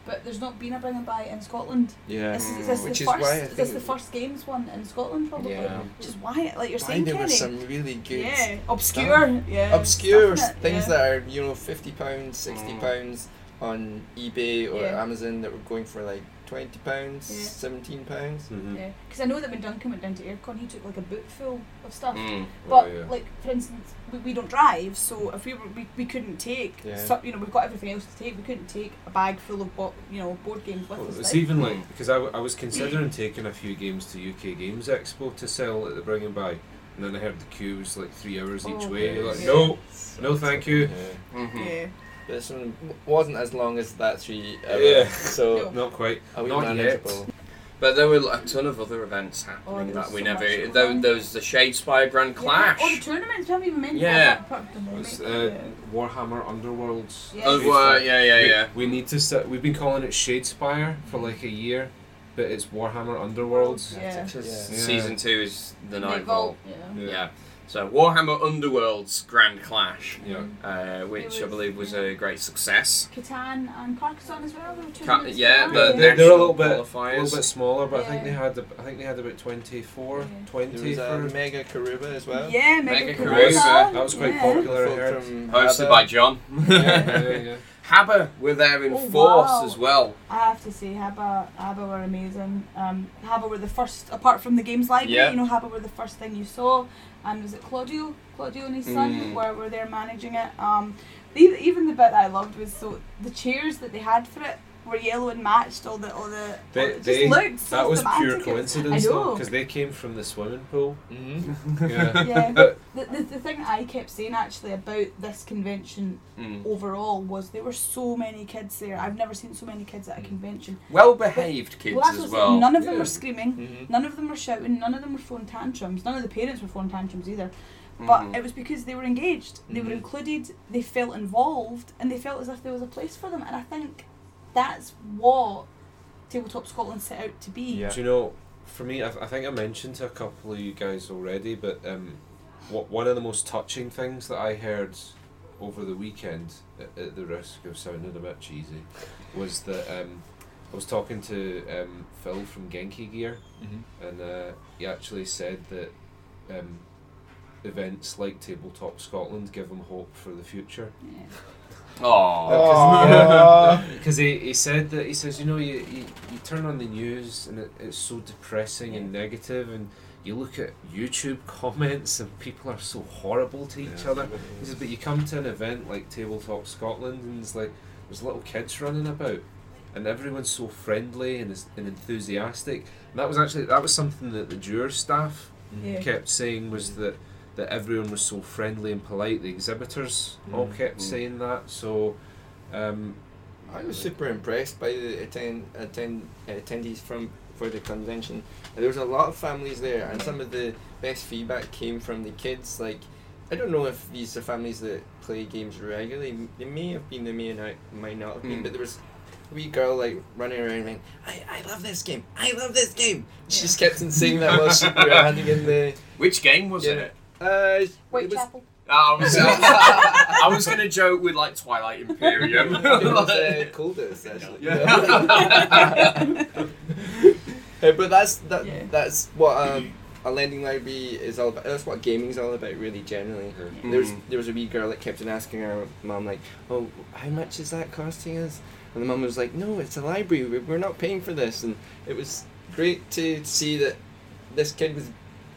Speaker 2: but there's not been a bringing by in Scotland.
Speaker 4: Yeah,
Speaker 2: This is, is this
Speaker 4: Mm, which
Speaker 2: the
Speaker 4: is
Speaker 2: first,
Speaker 4: why I
Speaker 2: is
Speaker 4: think
Speaker 2: this the
Speaker 4: it-
Speaker 2: first games one in Scotland probably?
Speaker 4: Yeah.
Speaker 2: Which is why, like you're
Speaker 4: why
Speaker 2: saying,
Speaker 4: there
Speaker 2: Kenny.
Speaker 4: were some really good.
Speaker 2: yeah, obscure, yeah,
Speaker 4: obscure
Speaker 2: stuff in it,
Speaker 4: things
Speaker 2: yeah.
Speaker 4: that are you know 50 pounds 60
Speaker 1: Mm.
Speaker 4: pounds on ebay or
Speaker 2: Yeah.
Speaker 4: amazon that were going for like 20 pounds
Speaker 2: Yeah.
Speaker 4: 17 pounds
Speaker 3: Mhm.
Speaker 2: Yeah, because I know that when Duncan went down to Aircon, he took like a boot full of stuff.
Speaker 1: Mm.
Speaker 2: But
Speaker 3: Oh, yeah.
Speaker 2: like for instance, we, we don't drive, so if we were, we, we couldn't take,
Speaker 4: Yeah.
Speaker 2: stuff, you know, we've got everything else to take. We couldn't take a bag full of bo- you know board games with
Speaker 3: Well,
Speaker 2: us.
Speaker 3: it's
Speaker 2: like-
Speaker 3: even like
Speaker 1: Mm.
Speaker 3: because I, w- I was considering taking a few games to UK Games Expo to sell at the Bringing By, And then I heard the queue was like three hours each
Speaker 2: Oh,
Speaker 3: way.
Speaker 4: yeah.
Speaker 3: Like,
Speaker 2: Yeah.
Speaker 3: no,
Speaker 5: So
Speaker 3: no, thank you. Mm.
Speaker 1: Mhm.
Speaker 2: Yeah.
Speaker 4: This one w- wasn't as long as that three. Ever,
Speaker 3: Yeah.
Speaker 4: So
Speaker 3: Not quite.
Speaker 4: are we
Speaker 3: Not yet.
Speaker 4: manageable?
Speaker 1: But there were a ton of other events
Speaker 2: Oh, there
Speaker 1: happening
Speaker 2: was
Speaker 1: that we
Speaker 2: so
Speaker 1: never.
Speaker 2: much
Speaker 1: There,
Speaker 2: going on.
Speaker 1: there was the Shadespire Grand Clash.
Speaker 2: Yeah. Oh, the tournaments. We haven't even mentioned
Speaker 1: Yeah.
Speaker 2: that part of the
Speaker 3: It
Speaker 2: moment.
Speaker 3: was, uh, Warhammer Underworlds.
Speaker 2: Yeah.
Speaker 1: Oh,
Speaker 2: Based
Speaker 1: wow, yeah, yeah,
Speaker 3: We-
Speaker 1: yeah.
Speaker 3: We, need to start. We've been calling it Shadespire for like a year, but it's Warhammer Underworlds.
Speaker 2: Yeah.
Speaker 4: Yeah.
Speaker 1: Season two is the
Speaker 2: Night
Speaker 1: Nightfall.
Speaker 2: Yeah.
Speaker 1: Yeah. So Warhammer Underworld's Grand Clash,
Speaker 3: Yeah.
Speaker 1: uh, which I
Speaker 2: was-
Speaker 1: believe was a great success.
Speaker 2: Catan and Carcassonne as well. There were
Speaker 1: Ca-
Speaker 2: tournaments.
Speaker 1: yeah,
Speaker 2: for
Speaker 1: the
Speaker 2: that.
Speaker 3: They're-
Speaker 1: national
Speaker 3: they're a little bit-
Speaker 1: qualifiers.
Speaker 3: A little bit smaller, but I
Speaker 2: Yeah.
Speaker 3: think they had. I think they had about 24,
Speaker 2: Yeah.
Speaker 3: 20
Speaker 4: There was um,
Speaker 3: for.
Speaker 4: a mega Karuba as well.
Speaker 2: Yeah,
Speaker 1: Mega
Speaker 2: Mega
Speaker 1: Carissa.
Speaker 2: Carissa.
Speaker 3: That was quite
Speaker 2: yeah.
Speaker 3: popular.
Speaker 4: Folk
Speaker 3: Herds.
Speaker 4: from
Speaker 1: Hosted
Speaker 4: Abba.
Speaker 1: by John.
Speaker 3: yeah, yeah, yeah.
Speaker 1: Haber were there in
Speaker 2: Oh,
Speaker 1: force
Speaker 2: wow.
Speaker 1: as well.
Speaker 2: I have to say, Habba, Habba were amazing. Um, Habba were the first, apart from the games library,
Speaker 1: Yeah.
Speaker 2: you know, Habba were the first thing you saw. And was it Claudio? Claudio and his son
Speaker 1: Mm.
Speaker 2: were, were there managing it. Um, e- even the bit that I loved was so the chairs that they had for it were yellow and matched. All the all the
Speaker 3: They-
Speaker 2: all- it just
Speaker 3: they-
Speaker 2: looked so
Speaker 3: That was
Speaker 2: thematic.
Speaker 3: pure
Speaker 2: It-
Speaker 3: coincidence,
Speaker 2: I
Speaker 3: though,
Speaker 2: know.
Speaker 3: because they came from the swimming pool.
Speaker 4: Mhm.
Speaker 3: Yeah.
Speaker 2: Yeah.
Speaker 3: But
Speaker 2: The, the, the thing I kept saying actually about this convention
Speaker 1: Mm.
Speaker 2: overall was there were so many kids there. I've never seen so many kids at
Speaker 3: Mm.
Speaker 2: a convention.
Speaker 1: Well behaved kids
Speaker 2: Well, that's what
Speaker 1: as
Speaker 2: I'm saying,
Speaker 1: well.
Speaker 2: None of them
Speaker 3: yeah.
Speaker 2: were screaming.
Speaker 4: Mhm.
Speaker 2: None of them were shouting. None of them were throwing tantrums. None of the parents were throwing tantrums either. But
Speaker 1: Mhm.
Speaker 2: it was because they were engaged. They were
Speaker 4: Mhm.
Speaker 2: included. They felt involved, and they felt as if there was a place for them. And I think that's what tabletop Scotland set out to be.
Speaker 4: Yeah.
Speaker 3: Do you know, for me, I, I think I mentioned to a couple of you guys already, but um, what one of the most touching things that I heard over the weekend, at, at the risk of sounding a bit cheesy, was that um, I was talking to um, Phil from Genki Gear,
Speaker 4: Mhm.
Speaker 3: and uh, he actually said that um, events like Tabletop Scotland give him hope for the future.
Speaker 2: Yeah.
Speaker 1: Aw.
Speaker 4: Aw.
Speaker 3: Because he, he said that he says you know you, you, you turn on the news and it, it's so depressing and negative and you look at YouTube comments and people are so horrible to each other.
Speaker 4: Mm-hmm.
Speaker 3: He says but you come to an event like Tabletop Scotland and it's like there's little kids running about and everyone's so friendly and, is- and enthusiastic. And that was actually that was something that the Juror staff
Speaker 2: Yeah.
Speaker 3: kept saying was that that everyone was so friendly and polite. The exhibitors all
Speaker 4: Mm,
Speaker 3: kept
Speaker 4: mm.
Speaker 3: saying that. So. Um,
Speaker 4: I was super impressed by the attend, attend attendees from for the convention. There was a lot of families there, and some of the best feedback came from the kids. Like, I don't know if these are families that play games regularly. They may have been, they may not, might not have been.
Speaker 1: Mm.
Speaker 4: But there was a wee girl like running around, like, I, I love this game. I love this game. She just kept on saying that while she, we were handing in the.
Speaker 1: Which game was
Speaker 4: Yeah.
Speaker 1: it?
Speaker 4: Uh, it was,
Speaker 2: Whitechapel.
Speaker 1: Ah, I was, I was gonna joke with like Twilight Imperium.
Speaker 4: it was uh, coldest actually. Hey, but that's that,
Speaker 2: Yeah.
Speaker 4: that's what um, a lending library is all about. That's what gaming's all about, really. Generally,
Speaker 1: Yeah.
Speaker 4: there was
Speaker 1: Mhm.
Speaker 4: there was a wee girl that kept on asking her mom like, "Oh, how much is that costing us?" And the mom was like, "No, it's a library. We- We're not paying for this." And it was great to see that this kid was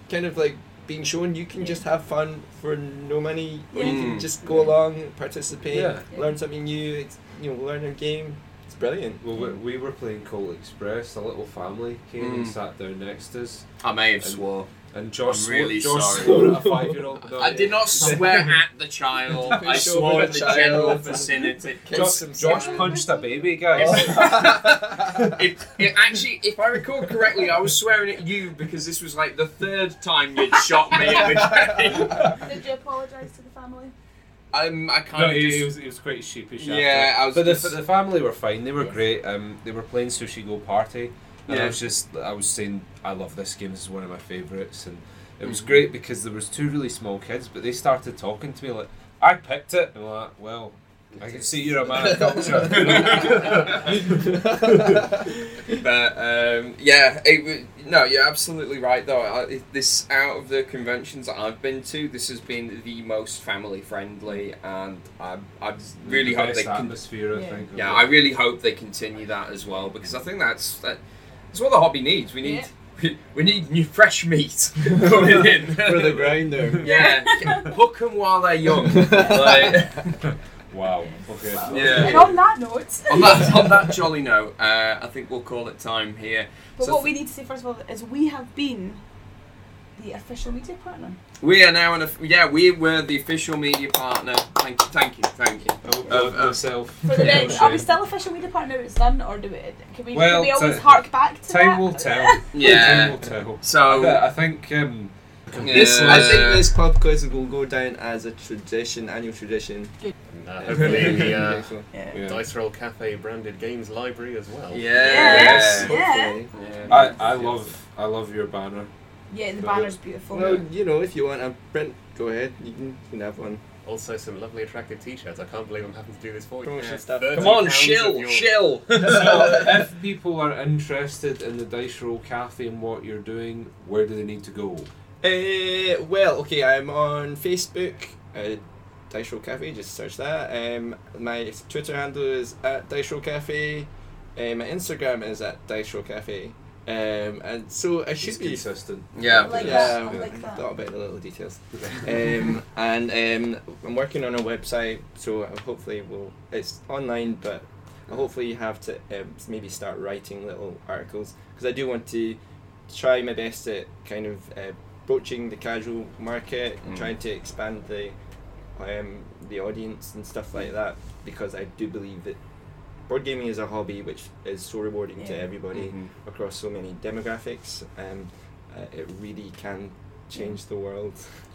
Speaker 4: kind of like being shown you can
Speaker 2: Yeah.
Speaker 4: just have fun for no money, or you
Speaker 1: Mm.
Speaker 4: can just go along, participate,
Speaker 3: Yeah.
Speaker 2: Yeah.
Speaker 4: learn something new. It's, you know, learn a game. It's brilliant.
Speaker 3: Well, we, we were playing Colt Express. A little family came and
Speaker 1: Mm.
Speaker 3: sat down next to us,
Speaker 1: I may have swore.
Speaker 3: and Josh,
Speaker 1: I'm really
Speaker 3: swore, Josh
Speaker 1: sorry.
Speaker 3: swore at a five-year-old. No,
Speaker 1: I did not swear at the child. I
Speaker 4: Push over
Speaker 1: swore at
Speaker 4: the
Speaker 1: the general
Speaker 4: child.
Speaker 1: vicinity.
Speaker 3: Josh,
Speaker 4: Kiss
Speaker 3: Josh
Speaker 2: himself.
Speaker 3: punched a baby, guys.
Speaker 1: It, it actually, if I recall correctly, I was swearing at you because this was like the third time you'd shot me in the
Speaker 2: Did you apologise to the family?
Speaker 1: game. Um, I kind
Speaker 3: No,
Speaker 1: of
Speaker 3: he, he
Speaker 1: just,
Speaker 3: was, he was quite sheepish.
Speaker 1: yeah, I was.
Speaker 3: after. but the,
Speaker 1: just-
Speaker 3: the family were fine. They were
Speaker 1: Yeah.
Speaker 3: great. Um, they were playing Sushi Go Party, and
Speaker 1: Yeah.
Speaker 3: I was just, I was saying, I love this game. This is one of my favorites, and it was
Speaker 1: Mhm.
Speaker 3: great because there was two really small kids, but they started talking to me like, I picked it, and I'm like, well, I can see you're a man of culture.
Speaker 1: But um, yeah, it wa- no, you're absolutely right though. I, it- this out of the conventions that I've been to, this has been the most family friendly, and I I really
Speaker 3: the
Speaker 1: hope
Speaker 3: best
Speaker 1: they can.
Speaker 3: atmosphere. I
Speaker 2: Yeah.
Speaker 3: think. of
Speaker 1: Yeah,
Speaker 3: it.
Speaker 1: I really hope they continue that as well because I think that's that, that's what the hobby needs. We need
Speaker 2: Yeah.
Speaker 1: we, we need new fresh meat coming in
Speaker 4: for the grinder.
Speaker 1: Yeah, hook 'em while they're young. Like,
Speaker 3: Wow. Okay.
Speaker 1: Yeah.
Speaker 2: And on that note,
Speaker 1: on that on that jolly note, uh, I think we'll call it time here.
Speaker 2: but
Speaker 1: So
Speaker 2: what we need to say first of all is we have been the official media partner.
Speaker 1: We are now an of- yeah. We were the official media partner. Thank you, thank you, thank you.
Speaker 3: I'll
Speaker 1: Of- of-
Speaker 3: myself.
Speaker 2: For the
Speaker 1: Yeah,
Speaker 2: next,
Speaker 1: shame.
Speaker 2: are we still official media partner when it's done, or do we? Can we,
Speaker 3: Well,
Speaker 2: can we always
Speaker 3: ti-
Speaker 2: hark back to
Speaker 3: Time
Speaker 2: that?
Speaker 3: will tell. Time
Speaker 1: Yeah. Oh.
Speaker 3: will tell.
Speaker 1: So
Speaker 3: I think um,
Speaker 4: This, uh, I think
Speaker 1: Yeah.
Speaker 4: this pub quiz will go down as a tradition, annual tradition.
Speaker 5: Uh, hopefully in the uh,
Speaker 2: Yeah.
Speaker 3: yeah.
Speaker 5: Dice Roll Cafe branded games library as well.
Speaker 1: yeah.
Speaker 2: Yes.
Speaker 1: Yeah.
Speaker 4: Hopefully.
Speaker 3: I, I love I love your banner.
Speaker 2: Yeah, the
Speaker 3: So-
Speaker 2: banner's beautiful.
Speaker 4: Well, you know, if you want a print, go ahead. You can, you can have one.
Speaker 5: Also, some lovely attractive t-shirts. I can't believe I'm having to do this for you.
Speaker 4: Promotion stuff.
Speaker 5: Thirty
Speaker 1: Come on,
Speaker 5: pounds of
Speaker 1: shill,
Speaker 5: your-
Speaker 1: shill.
Speaker 3: So if people are interested in the Dice Roll Cafe and what you're doing, where do they need to go?
Speaker 4: Uh, well, okay, I'm on Facebook, uh, Dice Roll Cafe, just search that. Um, my Twitter handle is at Dice Roll Cafe. Uh, my Instagram is at Dice Roll Cafe. Um, and so I should
Speaker 3: It's
Speaker 4: be.
Speaker 3: consistent.
Speaker 1: Yeah.
Speaker 2: Like
Speaker 4: yeah,
Speaker 2: that, I like uh, that.
Speaker 4: thought about the little details. um, and um, I'm working on a website, so hopefully we'll. It's online, but I'll hopefully have to um, maybe start writing little articles because I do want to try my best at kind of uh, broaching the casual market,
Speaker 1: Mm.
Speaker 4: trying to expand the um, the audience and stuff like that because I do believe that board gaming is a hobby which is so rewarding to
Speaker 2: Yeah.
Speaker 4: everybody
Speaker 1: Mhm.
Speaker 4: across so many demographics. Um, uh, it really can change the world.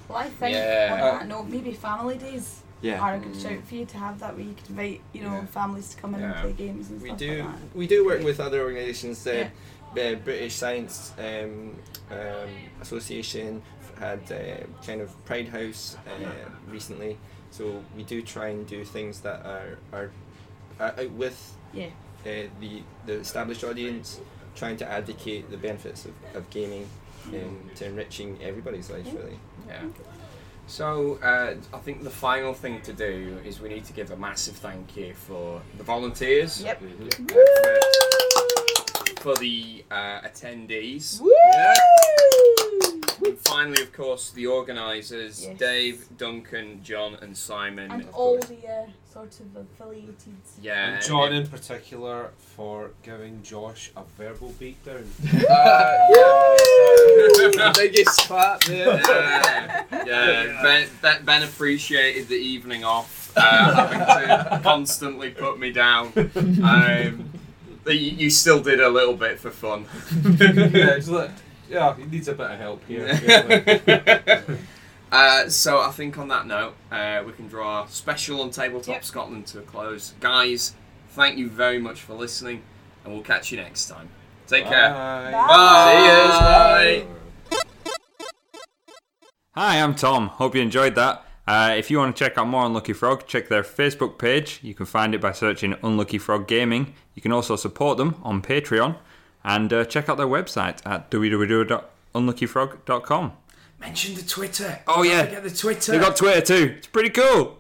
Speaker 2: Well, I think
Speaker 1: Yeah.
Speaker 2: on
Speaker 3: Uh,
Speaker 2: that note, maybe family days
Speaker 4: Yeah,
Speaker 2: are a good
Speaker 1: Mm.
Speaker 2: shout for you to have that where you could invite, you know,
Speaker 3: Yeah.
Speaker 2: families to come in
Speaker 1: Yeah.
Speaker 2: and play games and
Speaker 4: we
Speaker 2: stuff
Speaker 4: do.
Speaker 2: like that.
Speaker 4: We do work with other organisations. Uh, the British Science um, um, Association had uh, kind of Pride House uh, recently, so we do try and do things that are are, are out with
Speaker 2: Yeah.
Speaker 4: uh, the the established audience, trying to advocate the benefits of, of gaming. Um, to enriching everybody's life, really.
Speaker 1: Yeah. So uh, I think the final thing to do is we need to give a massive thank you for the volunteers,
Speaker 2: Yep.
Speaker 1: uh, for, for the uh, attendees.
Speaker 2: Woo!
Speaker 1: Yeah. And finally, of course, the organisers
Speaker 2: Yes.
Speaker 1: Dave, Duncan, John, and Simon.
Speaker 2: And all the uh, sort of affiliated.
Speaker 1: yeah,
Speaker 3: And John in particular for giving Josh a verbal beatdown.
Speaker 4: Uh, Biggest clap there.
Speaker 1: yeah, yeah. Ben, ben, Ben appreciated the evening off, uh, having to constantly put me down. Um, but you, you still did a little bit for fun.
Speaker 3: yeah, just like, yeah, he needs a bit of help here.
Speaker 1: uh, so I think on that note, uh, we can draw our special on Tabletop
Speaker 2: Yep.
Speaker 1: Scotland to a close. Guys, thank you very much for listening, and we'll catch you next time. Take care.
Speaker 2: Bye.
Speaker 1: Bye.
Speaker 4: See yous.
Speaker 1: Bye.
Speaker 6: Hi, I'm Tom. Hope you enjoyed that. Uh, if you want to check out more on Lucky Frog, check their Facebook page. You can find it by searching Unlucky Frog Gaming. You can also support them on Patreon and uh, check out their website at www.unluckyfrog.com.
Speaker 1: Mention the Twitter.
Speaker 6: Oh, yeah.
Speaker 1: Forget the Twitter.
Speaker 6: They've got Twitter too. It's pretty cool.